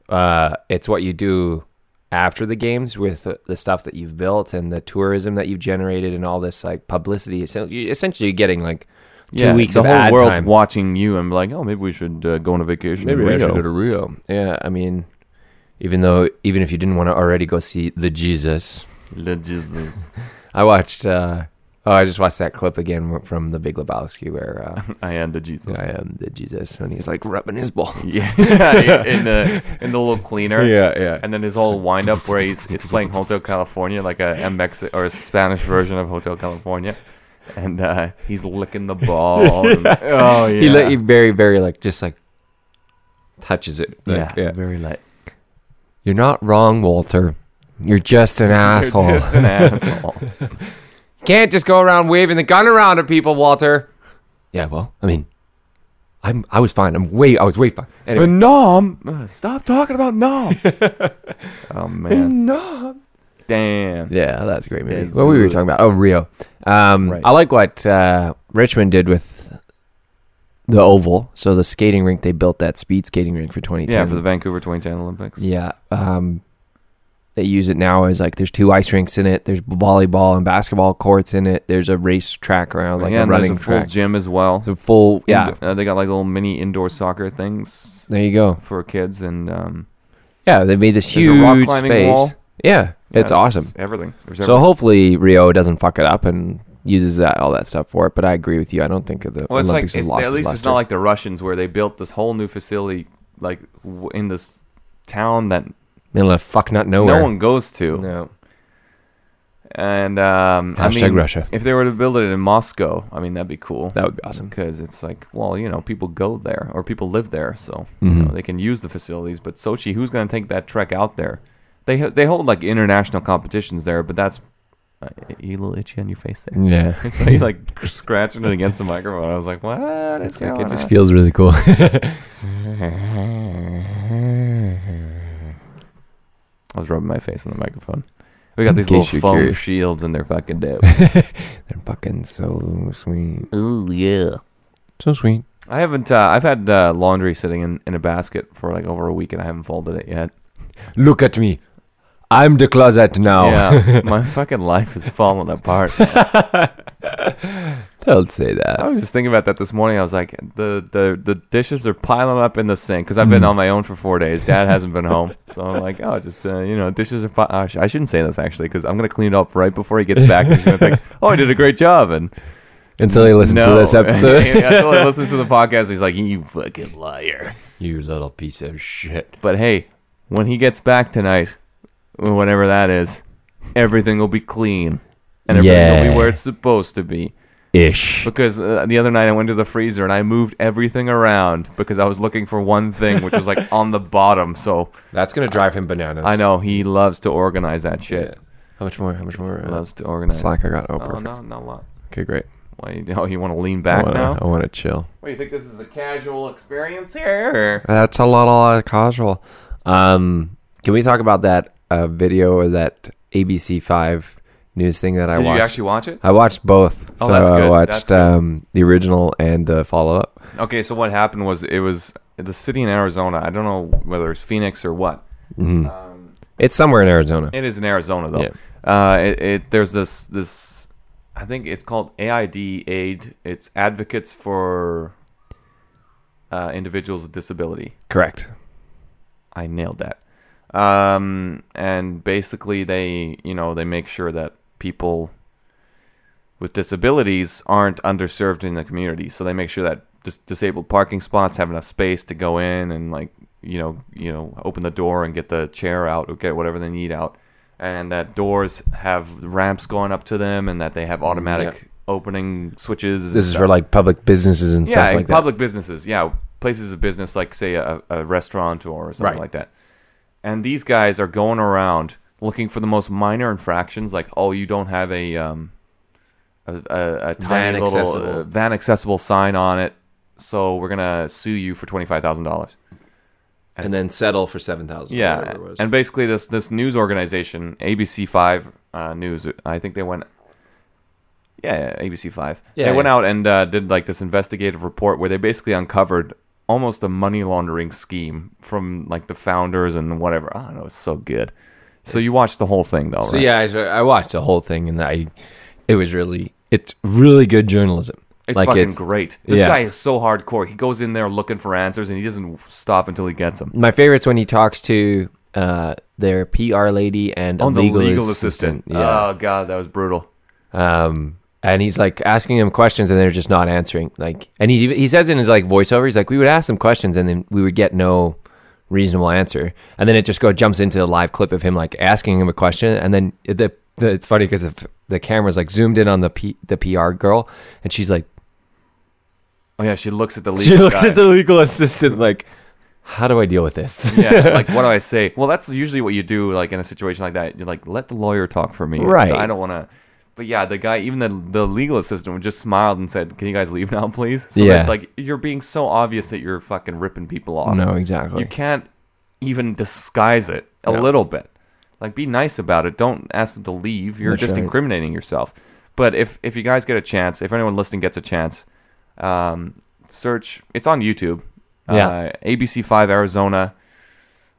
Speaker 2: Uh, it's what you do after the games with the stuff that you've built and the tourism that you've generated and all this like publicity. So you essentially, you're getting like two
Speaker 1: yeah,
Speaker 2: weeks
Speaker 1: the
Speaker 2: of
Speaker 1: whole
Speaker 2: ad
Speaker 1: world's
Speaker 2: time.
Speaker 1: watching you and be like, oh, maybe we should uh, go on a vacation. in
Speaker 2: Maybe I
Speaker 1: Rio.
Speaker 2: should go to Rio. Yeah, I mean, even though even if you didn't want to already go see the Jesus,
Speaker 1: Legit-
Speaker 2: I watched. uh Oh, I just watched that clip again from The Big Lebowski where uh,
Speaker 1: I am the Jesus.
Speaker 2: I am the Jesus and he's like rubbing his balls.
Speaker 1: Yeah, in the in the little cleaner.
Speaker 2: yeah.
Speaker 1: And then his whole wind up where he's it's playing Hotel California, like a MX or a Spanish version of Hotel California. And uh, he's licking the ball. and- oh yeah.
Speaker 2: He, like, he very very like just like touches it. Like,
Speaker 1: yeah, very light.
Speaker 2: You're not wrong, Walter. You're just an asshole.
Speaker 1: You're just an asshole.
Speaker 2: Can't just go around waving the gun around at people, Walter. Yeah, well, I mean, I'm I was fine. I'm way I was way fine. Anyway,
Speaker 1: nom, uh, stop talking about nom. oh man, damn.
Speaker 2: yeah, that's a great movie.
Speaker 1: That's
Speaker 2: what we were
Speaker 1: good.
Speaker 2: talking about? Oh, Rio. Um,
Speaker 1: Right.
Speaker 2: I like what uh, Richmond did with the Oval. So the skating rink they built that speed skating rink for 2010.
Speaker 1: Yeah, for the Vancouver 2010 Olympics.
Speaker 2: Yeah. Um, they use it now as like there's two ice rinks in it. There's volleyball and basketball courts in it. There's a race track around, like
Speaker 1: yeah,
Speaker 2: a
Speaker 1: and
Speaker 2: running
Speaker 1: there's a full
Speaker 2: track.
Speaker 1: gym as well.
Speaker 2: It's a full yeah.
Speaker 1: Indo- uh, they got like little mini indoor soccer things
Speaker 2: There you go.
Speaker 1: for kids, and um,
Speaker 2: Yeah, they made this
Speaker 1: There's a rock
Speaker 2: huge
Speaker 1: climbing
Speaker 2: space.
Speaker 1: wall.
Speaker 2: Yeah,
Speaker 1: yeah,
Speaker 2: it's awesome.
Speaker 1: Everything. There's
Speaker 2: So
Speaker 1: everything.
Speaker 2: hopefully Rio doesn't fuck it up and uses that all that stuff for it. But I agree with you. I don't think that the
Speaker 1: Well, it's like
Speaker 2: Olympics
Speaker 1: it's,
Speaker 2: has lost
Speaker 1: at
Speaker 2: its
Speaker 1: least it's
Speaker 2: luster.
Speaker 1: not like the Russians where they built this whole new facility like w- in this town that
Speaker 2: middle of fuck not nowhere.
Speaker 1: no one goes to.
Speaker 2: No.
Speaker 1: And um,
Speaker 2: Hashtag
Speaker 1: I mean,
Speaker 2: Russia.
Speaker 1: If they were to build it in Moscow, I mean that'd be cool.
Speaker 2: That would be awesome.
Speaker 1: because it's like, well, you know, people go there or people live there, so you
Speaker 2: Mhm.
Speaker 1: know, they can use the facilities. But Sochi, who's going to take that trek out there? They ho- they hold like international competitions there, but that's uh, you little itchy on your face there.
Speaker 2: Yeah.
Speaker 1: so you like scratching it against the microphone. I was like, what is
Speaker 2: It's like,
Speaker 1: going
Speaker 2: it just
Speaker 1: on?
Speaker 2: feels really cool.
Speaker 1: I was rubbing my face on the microphone. We got
Speaker 2: In
Speaker 1: these
Speaker 2: case
Speaker 1: little
Speaker 2: you're
Speaker 1: foam
Speaker 2: curious.
Speaker 1: shields, and they're fucking dope.
Speaker 2: They're fucking so sweet.
Speaker 1: Ooh yeah.
Speaker 2: So sweet.
Speaker 1: I haven't. Uh, I've had uh, laundry sitting in, in a basket for like over a week, and I haven't folded it yet.
Speaker 2: Look at me. I'm the closet now.
Speaker 1: Yeah, my fucking life is falling apart.
Speaker 2: Don't say that.
Speaker 1: I was just thinking about that this morning. I was like, the the, the dishes are piling up in the sink because I've
Speaker 2: Mm.
Speaker 1: been on my own for four days. Dad hasn't been home, so I'm like, oh, just uh, you know, dishes are. Pi- oh, sh- I shouldn't say this actually because I'm gonna clean it up right before he gets back. He's gonna think, oh, I did a great job, and
Speaker 2: Until he listens to this episode.
Speaker 1: yeah, until he listens to the podcast, he's like, you fucking liar.
Speaker 2: you little piece of shit.
Speaker 1: But hey, when he gets back tonight, whatever that is, everything will be clean. And everything will
Speaker 2: Yeah.
Speaker 1: be where it's supposed to be.
Speaker 2: Ish.
Speaker 1: Because uh, the other night I went to the freezer and I moved everything around because I was looking for one thing, which was like on the bottom. So
Speaker 2: That's gonna drive him bananas.
Speaker 1: I know he loves to organize that
Speaker 2: Yeah.
Speaker 1: shit.
Speaker 2: How much more? How much more? uh,
Speaker 1: Loves to organize.
Speaker 2: slack I got. Oh,
Speaker 1: Oh,
Speaker 2: perfect.
Speaker 1: no, not a lot.
Speaker 2: Okay, great.
Speaker 1: Why, you- oh, you want to lean
Speaker 2: I
Speaker 1: back
Speaker 2: wanna,
Speaker 1: now?
Speaker 2: I want to chill.
Speaker 1: What do you think? This is a casual experience here?
Speaker 2: That's a lot, a lot of casual. Um, can we talk about that uh, video or that ABC Five news thing that I
Speaker 1: Did
Speaker 2: watched?
Speaker 1: you actually watch it?
Speaker 2: I watched both.
Speaker 1: Oh,
Speaker 2: so
Speaker 1: that's
Speaker 2: I
Speaker 1: good.
Speaker 2: watched
Speaker 1: That's good.
Speaker 2: Um, the original and the follow up.
Speaker 1: Okay, so what happened was it was the city in Arizona. I don't know whether it's Phoenix or what. Um,
Speaker 2: It's somewhere in Arizona.
Speaker 1: it is in Arizona though. Uh, it, it there's this this I think it's called AID Aid. It's Advocates for uh, Individuals with Disability.
Speaker 2: Correct.
Speaker 1: I nailed that. Um, and basically, they you know they make sure that people with disabilities aren't underserved in the community. So they make sure that dis- disabled parking spots have enough space to go in and like you know you know open the door and get the chair out or get whatever they need out, and that doors have ramps going up to them and that they have automatic opening switches. and
Speaker 2: This is
Speaker 1: stuff
Speaker 2: for like public businesses and
Speaker 1: yeah,
Speaker 2: stuff
Speaker 1: in
Speaker 2: like
Speaker 1: public businesses. Yeah, places of business like say a, a restaurant or something
Speaker 2: Right.
Speaker 1: like that. And these guys are going around looking for the most minor infractions, like oh, you don't have a um, a, a, a tiny little
Speaker 2: accessible.
Speaker 1: uh, van accessible sign on it, so we're gonna sue you for twenty five thousand dollars.
Speaker 2: that, and then settle for seven thousand.
Speaker 1: Yeah, and basically this this news organization, ABC Five uh, News, I think they went. Yeah, yeah, ABC Five.
Speaker 2: Yeah,
Speaker 1: they went
Speaker 2: yeah.
Speaker 1: out and uh, did like this investigative report where they basically uncovered almost a money laundering scheme from like the founders and whatever. I don't know. It's so good. So you watched the whole thing though,
Speaker 2: so
Speaker 1: right?
Speaker 2: yeah, I, I watched the whole thing, and I, it was really, it's really good journalism.
Speaker 1: It's
Speaker 2: like
Speaker 1: fucking
Speaker 2: it's
Speaker 1: great. This
Speaker 2: yeah.
Speaker 1: guy is so hardcore. He goes in there looking for answers and he doesn't stop until he gets them.
Speaker 2: my favorite's when he talks to uh, their PR lady and
Speaker 1: On Oh,
Speaker 2: a
Speaker 1: the
Speaker 2: legal,
Speaker 1: legal,
Speaker 2: assistant.
Speaker 1: assistant. Oh god, that was brutal.
Speaker 2: Um, and he's like asking him questions, and they're just not answering. Like, and he he says in his like voiceover, he's like, we would ask them questions, and then we would get no reasonable answer, and then it just go jumps into a live clip of him like asking him a question, and then it- the, the it's funny because the, the camera's like zoomed in on the P, the PR girl, and she's like,
Speaker 1: Oh yeah, she looks at the legal
Speaker 2: she looks
Speaker 1: guy.
Speaker 2: at the legal assistant like, how do I deal with this?
Speaker 1: yeah, like what do I say? Well, that's usually what you do, like in a situation like that. You're like, let the lawyer talk for me.
Speaker 2: Right.
Speaker 1: I don't want to. But yeah, the guy, even the the legal assistant, just smiled and said, "Can you guys leave now, please?" So
Speaker 2: Yeah.
Speaker 1: it's like you're being so obvious that you're fucking ripping people off.
Speaker 2: No, exactly.
Speaker 1: You can't even disguise it a little bit. Like, be nice about it. Don't ask them to leave. You're
Speaker 2: That's
Speaker 1: just
Speaker 2: right.
Speaker 1: incriminating yourself. But if if you guys get a chance, if anyone listening gets a chance, um, search. It's on YouTube.
Speaker 2: Yeah.
Speaker 1: Uh, ABC Five Arizona.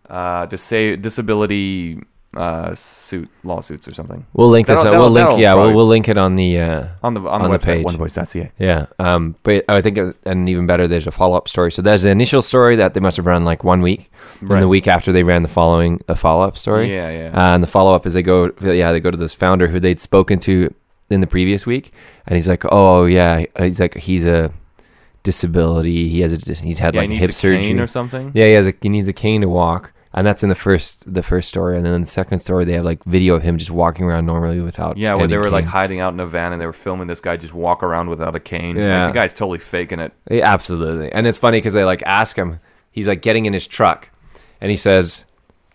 Speaker 1: Uh, disa- disability uh, suit lawsuits or something
Speaker 2: We'll link this.
Speaker 1: That'll-
Speaker 2: Up.
Speaker 1: that'll-
Speaker 2: We'll link.
Speaker 1: that'll
Speaker 2: Yeah, we'll,
Speaker 1: probably-
Speaker 2: we'll link it on the. Uh,
Speaker 1: on the on,
Speaker 2: On the
Speaker 1: the website
Speaker 2: page.
Speaker 1: onewvoice.ca.
Speaker 2: yeah, um, but I think uh, and even better, there's a follow up story. So there's the initial story that they must have run like one week, and
Speaker 1: Right.
Speaker 2: the week after they ran the following a follow up story.
Speaker 1: Yeah, yeah.
Speaker 2: Uh, and the follow up is they go, yeah, they go to this founder who they'd spoken to in the previous week, and he's like, oh yeah, he's like he's a disability. He has a dis- he's had
Speaker 1: yeah,
Speaker 2: like
Speaker 1: he needs
Speaker 2: hip
Speaker 1: a
Speaker 2: surgery
Speaker 1: cane or something.
Speaker 2: Yeah, he has a, he needs a cane to walk, and that's in the first the first story, and then in the second story they have like video of him just walking around normally without.
Speaker 1: Yeah, where
Speaker 2: any
Speaker 1: they were like
Speaker 2: cane.
Speaker 1: hiding out in a van and they were filming this guy just walk around without a cane. Like,
Speaker 2: Yeah.
Speaker 1: the guy's totally faking it.
Speaker 2: Yeah, absolutely, and it's funny because they like ask him. He's like getting in his truck, and he says,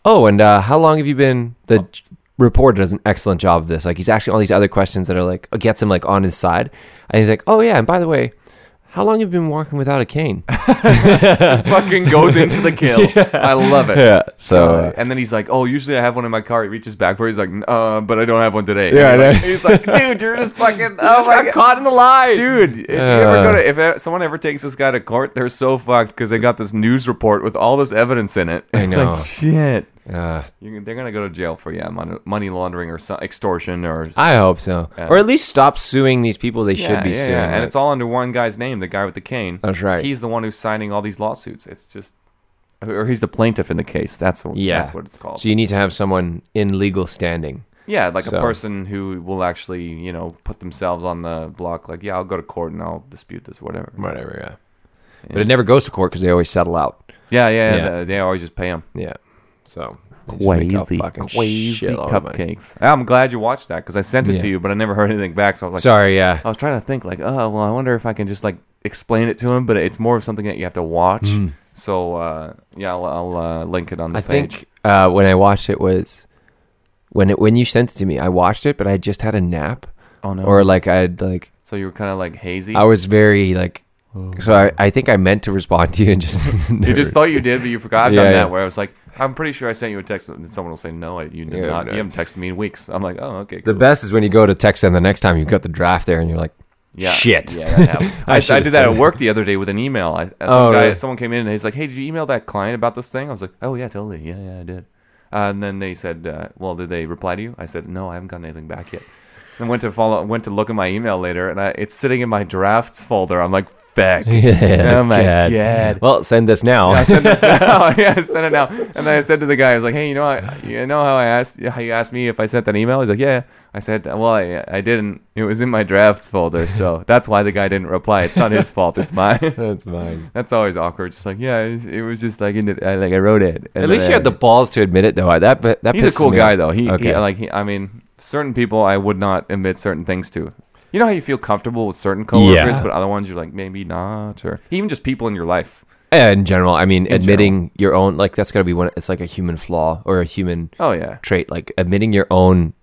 Speaker 2: "Oh, and uh, how long have you been?" The
Speaker 1: Oh.
Speaker 2: j- reporter does an excellent job of this. Like he's actually all these other questions that are like gets him like on his side, and he's like, "Oh yeah, and by the way." How long have you been walking without a cane?
Speaker 1: Fucking goes into the kill. I love it.
Speaker 2: So
Speaker 1: Uh, and then he's like, "Oh, usually I have one in my car." He reaches back for. it. He's like, "N- "Uh, but I don't have one today."
Speaker 2: Yeah,
Speaker 1: And
Speaker 2: I
Speaker 1: he's like, he's like, "Dude, you're just fucking. oh my God.
Speaker 2: caught in the lie,
Speaker 1: dude! If you ever go to, if uh, someone ever takes this guy to court, they're so fucked because they got this news report with all this evidence in it.
Speaker 2: I
Speaker 1: It's
Speaker 2: know.
Speaker 1: like shit.
Speaker 2: Uh,
Speaker 1: You, they're gonna go to jail for yeah, mon- money laundering or so, extortion or
Speaker 2: I hope so.
Speaker 1: Yeah.
Speaker 2: Or at least stop suing these people they should be suing.
Speaker 1: And
Speaker 2: like-
Speaker 1: it's all under one guy's name, the guy with the cane.
Speaker 2: That's right.
Speaker 1: He's the one who's signing all these lawsuits. It's just, or he's the plaintiff in the case. That's what,
Speaker 2: yeah.
Speaker 1: that's what it's called.
Speaker 2: So you need to have someone in legal standing.
Speaker 1: yeah, like
Speaker 2: so-
Speaker 1: a person who will actually, you know, put themselves on the block. Like, yeah, I'll go to court and I'll dispute this, whatever.
Speaker 2: Whatever, yeah. But it never goes to court because they always settle out.
Speaker 1: Yeah, yeah.
Speaker 2: Yeah.
Speaker 1: They, they always just pay him.
Speaker 2: Yeah. So they just
Speaker 1: Crazy,
Speaker 2: make a fucking
Speaker 1: crazy
Speaker 2: shitload of money.
Speaker 1: cupcakes. I'm glad you watched that because I sent it
Speaker 2: Yeah.
Speaker 1: to you, but I never heard anything back. So I was like,
Speaker 2: Sorry, yeah.
Speaker 1: I was trying to think like, oh, well, I wonder if I can just like explain it to him, but it's more of something that you have to watch. So uh, yeah, I'll, I'll uh, link it on the
Speaker 2: Hmm. I
Speaker 1: page.
Speaker 2: think uh, when I watched it was when it when you sent it to me, I watched it, but I just had a nap.
Speaker 1: oh no,
Speaker 2: Or like I'd like
Speaker 1: so you were kind of like hazy.
Speaker 2: I was very like so I, I think I meant to respond to you and Oh. just
Speaker 1: you just thought you did, but you forgot. I've
Speaker 2: Yeah,
Speaker 1: done
Speaker 2: yeah.
Speaker 1: that where I was like, I'm pretty sure I sent you a text, and someone will say, no, I, you did
Speaker 2: Yeah,
Speaker 1: not.
Speaker 2: no.
Speaker 1: You haven't texted me in weeks. I'm like, oh, okay.
Speaker 2: The
Speaker 1: cool."
Speaker 2: best is when you go to text them the next time you've got the draft there and you're like,
Speaker 1: Yeah.
Speaker 2: shit.
Speaker 1: Yeah, that happened.
Speaker 2: I
Speaker 1: I, I,
Speaker 2: should've
Speaker 1: did that
Speaker 2: said
Speaker 1: at
Speaker 2: that.
Speaker 1: work the other day with an email. I, some
Speaker 2: Oh,
Speaker 1: guy,
Speaker 2: really?
Speaker 1: someone came in and he's like, "Hey, did you email that client about this thing?" I was like, "Oh yeah, totally. Yeah, yeah, I did." Uh, and then they said, uh, "Well, did they reply to you?" I said, "No, I haven't gotten anything back yet." And went to follow, went to look at my email later, and I, it's sitting in my drafts folder. I'm like, "Fuck." oh my god.
Speaker 2: Well, send this now.
Speaker 1: I send this now. yeah, I sent it now. And then I said to the guy, I was like, "Hey, you know, I, you know how I asked, how you asked me if I sent that email?" He's like, "Yeah." I said, "Well, I, I didn't. It was in my drafts folder, so that's why the guy didn't reply. It's not his fault. It's mine."
Speaker 2: That's mine.
Speaker 1: that's always awkward. Just like, yeah, it was, it was just like in the, I, like I wrote it. And
Speaker 2: At least
Speaker 1: then
Speaker 2: you had the balls to admit it, though. That but that
Speaker 1: He's a
Speaker 2: pisses
Speaker 1: cool
Speaker 2: me
Speaker 1: guy,
Speaker 2: off.
Speaker 1: though. He, he-
Speaker 2: okay.
Speaker 1: like he, I mean, certain people I would not admit certain things to. You know how you feel comfortable with certain coworkers,
Speaker 2: Yeah.
Speaker 1: but other ones you're like maybe not, or even just people in your life.
Speaker 2: Yeah, in general, I mean, admitting your own like that's got to be one. It's like a human flaw or a human
Speaker 1: Oh yeah,
Speaker 2: trait, like admitting your own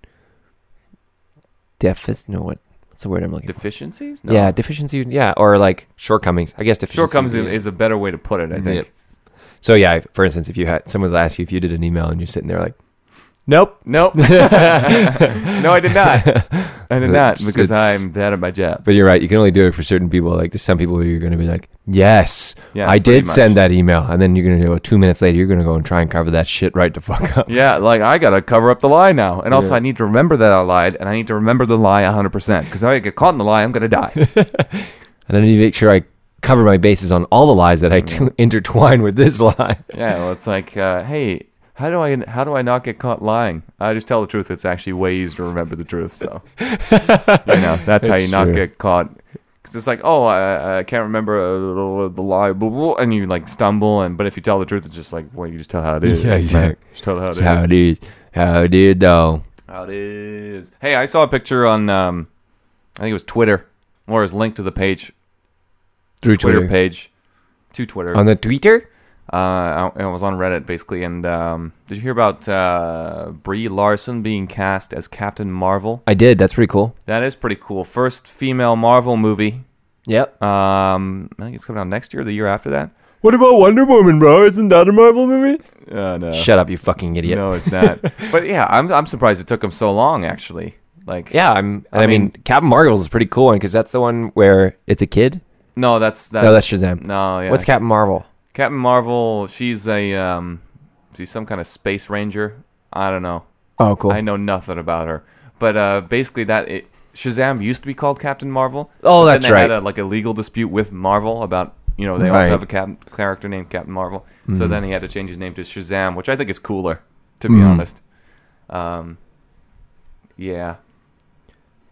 Speaker 2: deficit. No, what? What's the word I'm looking? for?
Speaker 1: deficiencies. No.
Speaker 2: Yeah, deficiency. Yeah, or like shortcomings. I guess deficiency.
Speaker 1: Shortcomings is, is a better way to put it, I think.
Speaker 2: Yep. So yeah, if- for instance, if you had someone would ask you if you did an email and you're sitting there like, nope,
Speaker 1: Nope. no, I did not. I did not
Speaker 2: It's-
Speaker 1: because
Speaker 2: it's-
Speaker 1: I'm bad at my job.
Speaker 2: but you're right. You can only do it for certain people. Like there's some people who you're going to be like, yes,
Speaker 1: Yeah,
Speaker 2: I
Speaker 1: pretty
Speaker 2: did
Speaker 1: much.
Speaker 2: send that email, and then you're going to do it two minutes later. You're going to go and try and cover that shit right to fuck up.
Speaker 1: Yeah, like I gotta cover up the lie now, and also
Speaker 2: Yeah.
Speaker 1: I need to remember that I lied, and I need to remember the lie 100 percent because if I get caught in the lie, I'm gonna die.
Speaker 2: And I need to make sure I cover my bases on all the lies that I
Speaker 1: Mm.
Speaker 2: do intertwine with this lie.
Speaker 1: yeah, well, it's like, uh, hey, how do I how do I not get caught lying? I just tell the truth. It's actually way easier to remember the truth. So you know that's how
Speaker 2: It's
Speaker 1: you not
Speaker 2: true.
Speaker 1: get caught. Because it's like, oh, I, I can't remember uh, the lie, blah, blah, and you like stumble. And but if you tell the truth, it's just like, well, you just tell how it is.
Speaker 2: Yeah,
Speaker 1: man.
Speaker 2: exactly.
Speaker 1: Just tell how it
Speaker 2: That's
Speaker 1: is.
Speaker 2: how it is. How it is, though.
Speaker 1: How it is. Hey, I saw a picture on, um, I think it was Twitter, or it was linked to the page,
Speaker 2: Through
Speaker 1: Twitter,
Speaker 2: Twitter.
Speaker 1: page, to Twitter,
Speaker 2: On
Speaker 1: on,
Speaker 2: the Twitter?
Speaker 1: Uh, I, I was on Reddit basically, and um, did you hear about uh, Brie Larson being cast as Captain Marvel?
Speaker 2: I did. That's pretty cool.
Speaker 1: That is pretty cool. First female Marvel movie.
Speaker 2: Yep.
Speaker 1: Um, I think it's coming out next year, or the year after that.
Speaker 2: What about Wonder Woman, bro? Isn't that a Marvel movie?
Speaker 1: Uh, no,
Speaker 2: Shut up, you fucking idiot.
Speaker 1: no, it's not. but yeah, I'm I'm surprised it took him so long. Actually, like
Speaker 2: Yeah, I'm. And I, mean,
Speaker 1: mean-
Speaker 2: Captain Marvel is a pretty cool one because that's the one where it's a kid.
Speaker 1: no, that's, that's
Speaker 2: no, that's Shazam.
Speaker 1: No, yeah.
Speaker 2: What's Captain Marvel?
Speaker 1: Captain Marvel? She's a um, she's some kind of space ranger. I don't know.
Speaker 2: Oh, cool.
Speaker 1: I know nothing about her. But uh, basically, that it, Shazam used to be called Captain Marvel.
Speaker 2: Oh,
Speaker 1: but
Speaker 2: that's
Speaker 1: then they Had
Speaker 2: right.
Speaker 1: a, like a legal dispute with Marvel about you know they also
Speaker 2: Right. Mm-hmm.
Speaker 1: have a cap- character named Captain Marvel. So then he had to change his name to Shazam, which I think is cooler, to be honest. Um, yeah.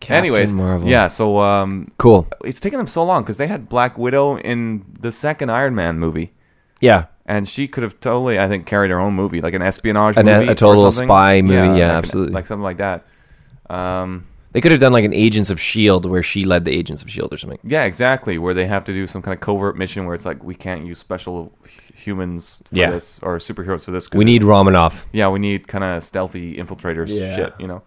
Speaker 2: Captain
Speaker 1: Anyways,
Speaker 2: Marvel.
Speaker 1: yeah. So um,
Speaker 2: Cool.
Speaker 1: it's taken them so long because they had Black Widow in the second Iron Man movie.
Speaker 2: Yeah.
Speaker 1: And she could have totally, I think, carried her own movie, like an espionage
Speaker 2: An- a-
Speaker 1: movie,
Speaker 2: a
Speaker 1: or
Speaker 2: total
Speaker 1: something.
Speaker 2: spy movie, yeah,
Speaker 1: like an-
Speaker 2: absolutely.
Speaker 1: like something like that. Um,
Speaker 2: They could have done like an Agents of Shield E where she led the Agents of Shield E or something.
Speaker 1: yeah, exactly. Where they have to do some kind of covert mission where it's like we can't use special h- humans for
Speaker 2: Yeah.
Speaker 1: this or superheroes for this. 'cause
Speaker 2: We need Romanoff,
Speaker 1: yeah, we need kind of stealthy infiltrators, shit, you know.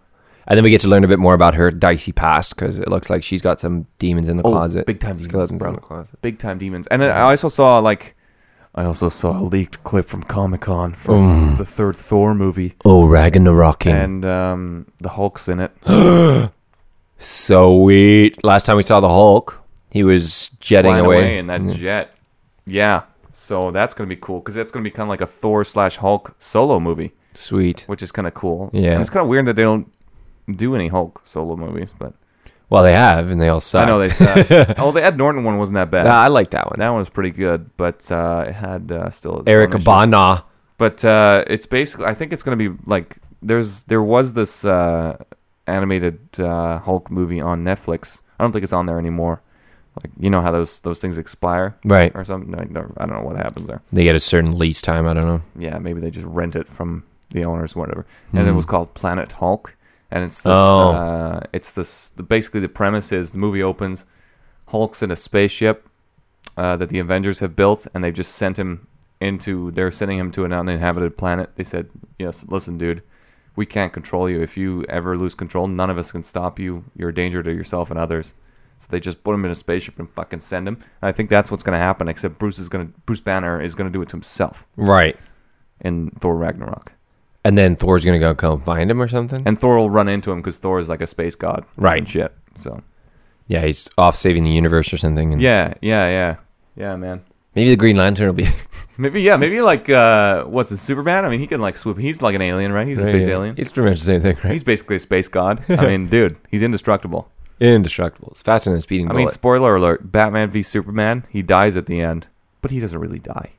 Speaker 2: and then we get to learn a bit more about her dicey past because it looks like she's got some demons in the closet,
Speaker 1: Oh, big time demons,
Speaker 2: skeletons
Speaker 1: bro.
Speaker 2: in the closet.
Speaker 1: big time demons. And then I also saw like I also saw a leaked clip from Comic Con from
Speaker 2: Mm.
Speaker 1: the third Thor movie,
Speaker 2: Oh, Ragnarok!
Speaker 1: and um, the Hulk's in it,
Speaker 2: Sweet. Last time we saw the Hulk, he was jetting
Speaker 1: flying
Speaker 2: away. Mm,
Speaker 1: in that jet. Yeah, so that's gonna be cool because that's gonna be kind of like a Thor slash Hulk solo movie,
Speaker 2: Sweet.
Speaker 1: which is kind of cool.
Speaker 2: Yeah.
Speaker 1: and it's kind of weird that they don't do any Hulk solo movies, but
Speaker 2: Well, they have, and they all suck.
Speaker 1: I know they said. oh, the Ed Norton one wasn't that bad.
Speaker 2: I like that one.
Speaker 1: that one was pretty good, but uh, it had uh, still some
Speaker 2: Eric
Speaker 1: issues.
Speaker 2: Bana.
Speaker 1: but uh, it's basically I think it's going to be like there's there was this uh, animated uh, Hulk movie on Netflix. I don't think it's on there anymore. Like you know how those those things expire,
Speaker 2: Right.
Speaker 1: Or something. Like, no, I don't know what happens there.
Speaker 2: They get a certain lease time. I don't know.
Speaker 1: Yeah, maybe they just rent it from the owners, whatever. And it was called Planet Hulk, and it's this.
Speaker 2: Oh.
Speaker 1: Uh, it's this. The, basically, the premise is the movie opens. Hulk's in a spaceship uh, that the Avengers have built, and they've just sent him into. They're sending him to an uninhabited planet. They said, "Yes, listen, dude, we can't control you. If you ever lose control, none of us can stop you. You're a danger to yourself and others." So they just put him in a spaceship and fucking send him. And I think that's what's going to happen. Except Bruce is going to Bruce Banner is going to do it to himself
Speaker 2: Right.
Speaker 1: in Thor Ragnarok.
Speaker 2: And then Thor's gonna go come find him or something.
Speaker 1: And Thor will run into him because Thor is like a space god,
Speaker 2: Right.
Speaker 1: And shit. So
Speaker 2: yeah, he's off saving the universe or something. And
Speaker 1: yeah, yeah, yeah, yeah, man.
Speaker 2: Maybe the Green Lantern will be.
Speaker 1: Maybe yeah, maybe like uh, what's it, Superman? I mean, he can like swoop. He's like an alien, right? He's a space alien.
Speaker 2: It's pretty much the same thing, right?
Speaker 1: He's basically a space god. I mean, dude, he's indestructible.
Speaker 2: indestructible. It's faster than a speeding
Speaker 1: I
Speaker 2: bullet.
Speaker 1: mean, spoiler alert: Batman v Superman. He dies at the end, but he doesn't really die.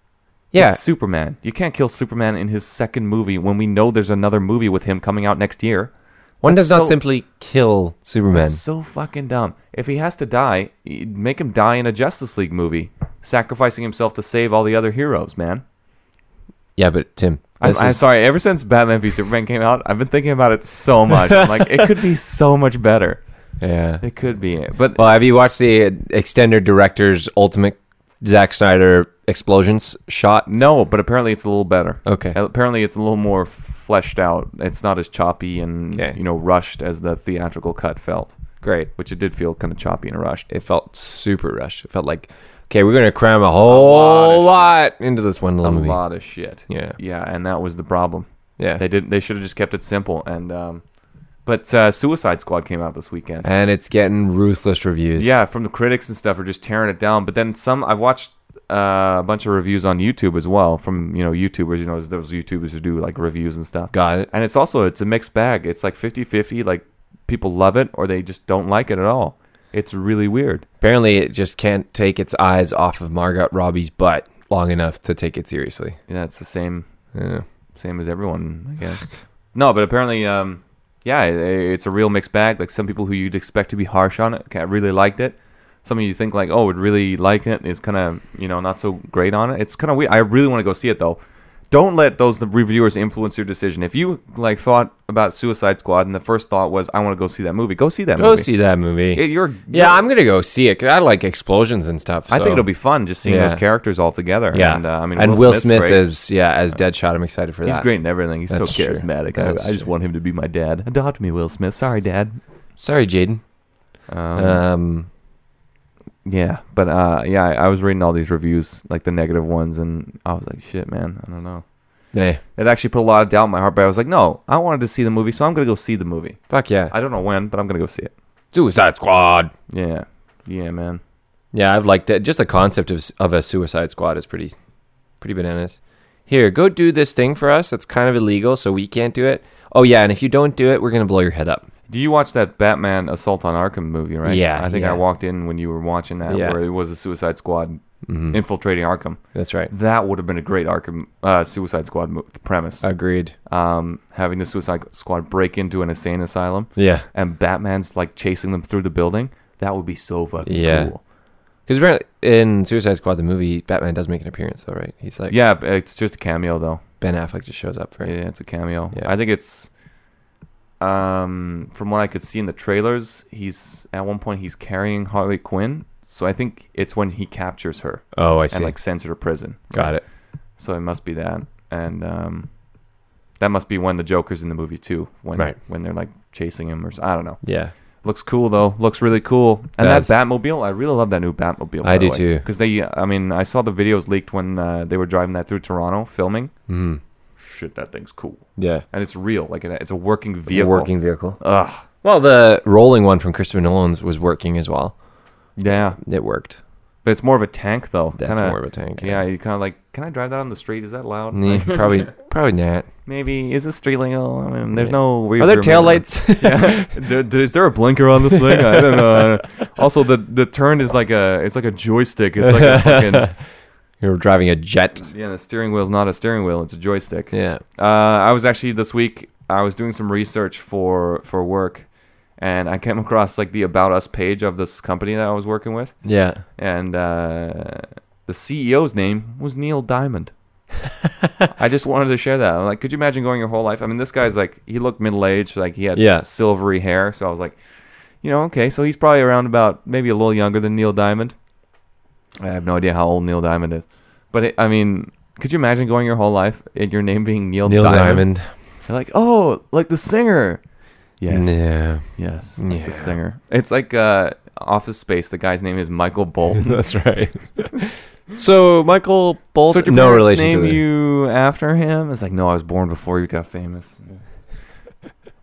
Speaker 2: yeah,
Speaker 1: It's Superman. You can't kill Superman in his second movie when we know there's another movie with him coming out next year.
Speaker 2: one does not
Speaker 1: so-
Speaker 2: simply kill Superman.
Speaker 1: That's so fucking dumb. If he has to die, y- make him die in a Justice League movie, sacrificing himself to save all the other heroes, man.
Speaker 2: Yeah, but Tim,
Speaker 1: I'm,
Speaker 2: this
Speaker 1: I'm
Speaker 2: is-
Speaker 1: sorry. Ever since Batman v Superman came out, I've been thinking about it so much. I'm like, it could be so much better.
Speaker 2: yeah.
Speaker 1: It could be, but
Speaker 2: Well, have you watched the uh, extender director's ultimate Zack Snyder explosions shot?
Speaker 1: no. But apparently, it's a little better.
Speaker 2: Okay.
Speaker 1: Apparently, it's a little more fleshed out. It's not as choppy and
Speaker 2: Okay.
Speaker 1: you know rushed as the theatrical cut felt,
Speaker 2: Great.
Speaker 1: which it did feel kind of choppy and rushed.
Speaker 2: It felt super rushed. It felt like okay, we're gonna cram a whole lot, into this one
Speaker 1: a
Speaker 2: little movie.
Speaker 1: lot of shit.
Speaker 2: Yeah.
Speaker 1: yeah, and that was the problem.
Speaker 2: Yeah.
Speaker 1: They didn't. They should have just kept it simple. And um, but uh, Suicide Squad came out this weekend.
Speaker 2: and it's getting ruthless reviews.
Speaker 1: Yeah, from the critics and stuff are just tearing it down. But then some. I've watched uh, a bunch of reviews on YouTube as well from you know YouTubers. You know those YouTubers who do like reviews and stuff.
Speaker 2: got it.
Speaker 1: And it's also it's a mixed bag. It's like 50-50. Like people love it or they just don't like it at all. It's really weird.
Speaker 2: Apparently, it just can't take its eyes off of Margot Robbie's butt long enough to take it seriously.
Speaker 1: Yeah, it's the same uh,
Speaker 2: Yeah.
Speaker 1: same as everyone, I guess. no, but apparently, um, yeah, i it's a real mixed bag. Like some people who you'd expect to be harsh on it, kind of really liked it. Some of you think like, oh, would really like it is kind of you know not so great on it. It's kind of weird. I really want to go see it though. don't let those reviewers influence your decision. If you like thought about Suicide Squad and the first thought was, I want to go see that movie, go see that
Speaker 2: Go
Speaker 1: movie.
Speaker 2: see that movie.
Speaker 1: It- you're,
Speaker 2: yeah, I'm gonna go see it 'cause I like explosions and stuff.
Speaker 1: I
Speaker 2: so-
Speaker 1: think it'll be fun just seeing
Speaker 2: Yeah.
Speaker 1: those characters all together.
Speaker 2: yeah.
Speaker 1: and, uh, I mean,
Speaker 2: and Will, Smith
Speaker 1: great.
Speaker 2: is yeah as Deadshot. I'm excited for
Speaker 1: He's
Speaker 2: that.
Speaker 1: great in everything. He's
Speaker 2: That's
Speaker 1: so
Speaker 2: true.
Speaker 1: charismatic. I,
Speaker 2: That's
Speaker 1: I just
Speaker 2: true.
Speaker 1: want him to be my dad. Adopt me, Will Smith. Sorry, Dad.
Speaker 2: Sorry, Jaden.
Speaker 1: Um,
Speaker 2: Um,
Speaker 1: yeah, but uh, yeah, I, I was reading all these reviews, like the negative ones, and I was like, shit, man, I don't know.
Speaker 2: eh,
Speaker 1: It actually put a lot of doubt in my heart, but I was like, no, I wanted to see the movie, so I'm gonna go see the movie.
Speaker 2: fuck yeah,
Speaker 1: I don't know when, but I'm gonna go see it.
Speaker 2: Suicide Squad.
Speaker 1: Yeah, yeah, man.
Speaker 2: Yeah, I've liked that. Just the concept of of a Suicide Squad is pretty, pretty bananas. Here, go do this thing for us. That's kind of illegal, so we can't do it. Oh yeah, and if you don't do it, we're gonna blow your head up.
Speaker 1: Do you watch that Batman Assault on Arkham movie? Right?
Speaker 2: Yeah,
Speaker 1: I think
Speaker 2: yeah.
Speaker 1: I walked in when you were watching that,
Speaker 2: Yeah.
Speaker 1: where it was a Suicide Squad infiltrating Arkham.
Speaker 2: Mm-hmm. That's right.
Speaker 1: That would have been a great Arkham uh, Suicide Squad mo- premise.
Speaker 2: Agreed.
Speaker 1: um, having the Suicide Squad break into an insane asylum
Speaker 2: Yeah,
Speaker 1: and Batman's like chasing them through the building. That would be so fucking
Speaker 2: Yeah.
Speaker 1: cool.
Speaker 2: because apparently in Suicide Squad the movie, Batman does make an appearance though, right? He's like,
Speaker 1: Yeah, but it's just a cameo though.
Speaker 2: Ben Affleck just shows up for it.
Speaker 1: Yeah, it's a cameo.
Speaker 2: Yeah.
Speaker 1: I think it's um from what I could see in the trailers, he's at one point he's carrying Harley Quinn. So I think it's when he captures her
Speaker 2: Oh, I
Speaker 1: and
Speaker 2: see.
Speaker 1: like sends her to prison.
Speaker 2: Got it.
Speaker 1: So it must be that. And um that must be when the Joker's in the movie too. When
Speaker 2: Right.
Speaker 1: when they're like chasing him or s- I don't know.
Speaker 2: Yeah.
Speaker 1: Looks cool though. Looks really cool. And
Speaker 2: That's-
Speaker 1: that Batmobile, I really love that new Batmobile.
Speaker 2: I do, too.
Speaker 1: Because they, I mean, I saw the videos leaked when uh, they were driving that through Toronto filming.
Speaker 2: Mm.
Speaker 1: Shit, that thing's cool,
Speaker 2: Yeah.
Speaker 1: and it's real. Like it- it's a working vehicle.
Speaker 2: Working vehicle.
Speaker 1: Ugh.
Speaker 2: Well, the rolling one from Christopher Nolan's was working as well.
Speaker 1: Yeah,
Speaker 2: It worked.
Speaker 1: but it's more of a tank though.
Speaker 2: That's
Speaker 1: Kinda-
Speaker 2: more of a tank.
Speaker 1: Yeah, you kind of like, can I drive that on the street? Is that loud?
Speaker 2: Nah,
Speaker 1: Like,
Speaker 2: probably, probably not.
Speaker 1: maybe is it street legal? I mean, there's
Speaker 2: Yeah.
Speaker 1: no.
Speaker 2: Are there
Speaker 1: rearview
Speaker 2: tail
Speaker 1: mirror.
Speaker 2: lights?
Speaker 1: yeah. There- there- Is there a blinker on this thing? I don't know. Also, the the turn is like a it's like a joystick. It's like a fucking
Speaker 2: You're driving a jet.
Speaker 1: Yeah, the steering wheel's not a steering wheel; it's a joystick.
Speaker 2: Yeah.
Speaker 1: Uh, I was actually this week I was doing some research for for work, and I came across like the about us page of this company that I was working with,
Speaker 2: Yeah.
Speaker 1: and uh, the CEO's name was Neil Diamond. I just wanted to share that. I'm like, could you imagine going your whole life? I mean, this guy's like, he looked middle aged, like he had
Speaker 2: Yeah.
Speaker 1: silvery hair. So I was like, you know, okay, so he's probably around about maybe a little younger than Neil Diamond. I have no idea how old Neil Diamond is, but it, I mean, could you imagine going your whole life and your name being Neil,
Speaker 2: Neil
Speaker 1: Diamond?
Speaker 2: Diamond.
Speaker 1: They're like, oh, like the singer. Yes,
Speaker 2: Yeah.
Speaker 1: yes, like
Speaker 2: Yeah.
Speaker 1: the singer. It's like uh, Office Space. The guy's name is Michael Bolton.
Speaker 2: That's right. so Michael
Speaker 1: So
Speaker 2: Bolton,
Speaker 1: did your
Speaker 2: no
Speaker 1: parents
Speaker 2: relation
Speaker 1: name
Speaker 2: to the-
Speaker 1: you after him? It's like, no, I was born before you got famous.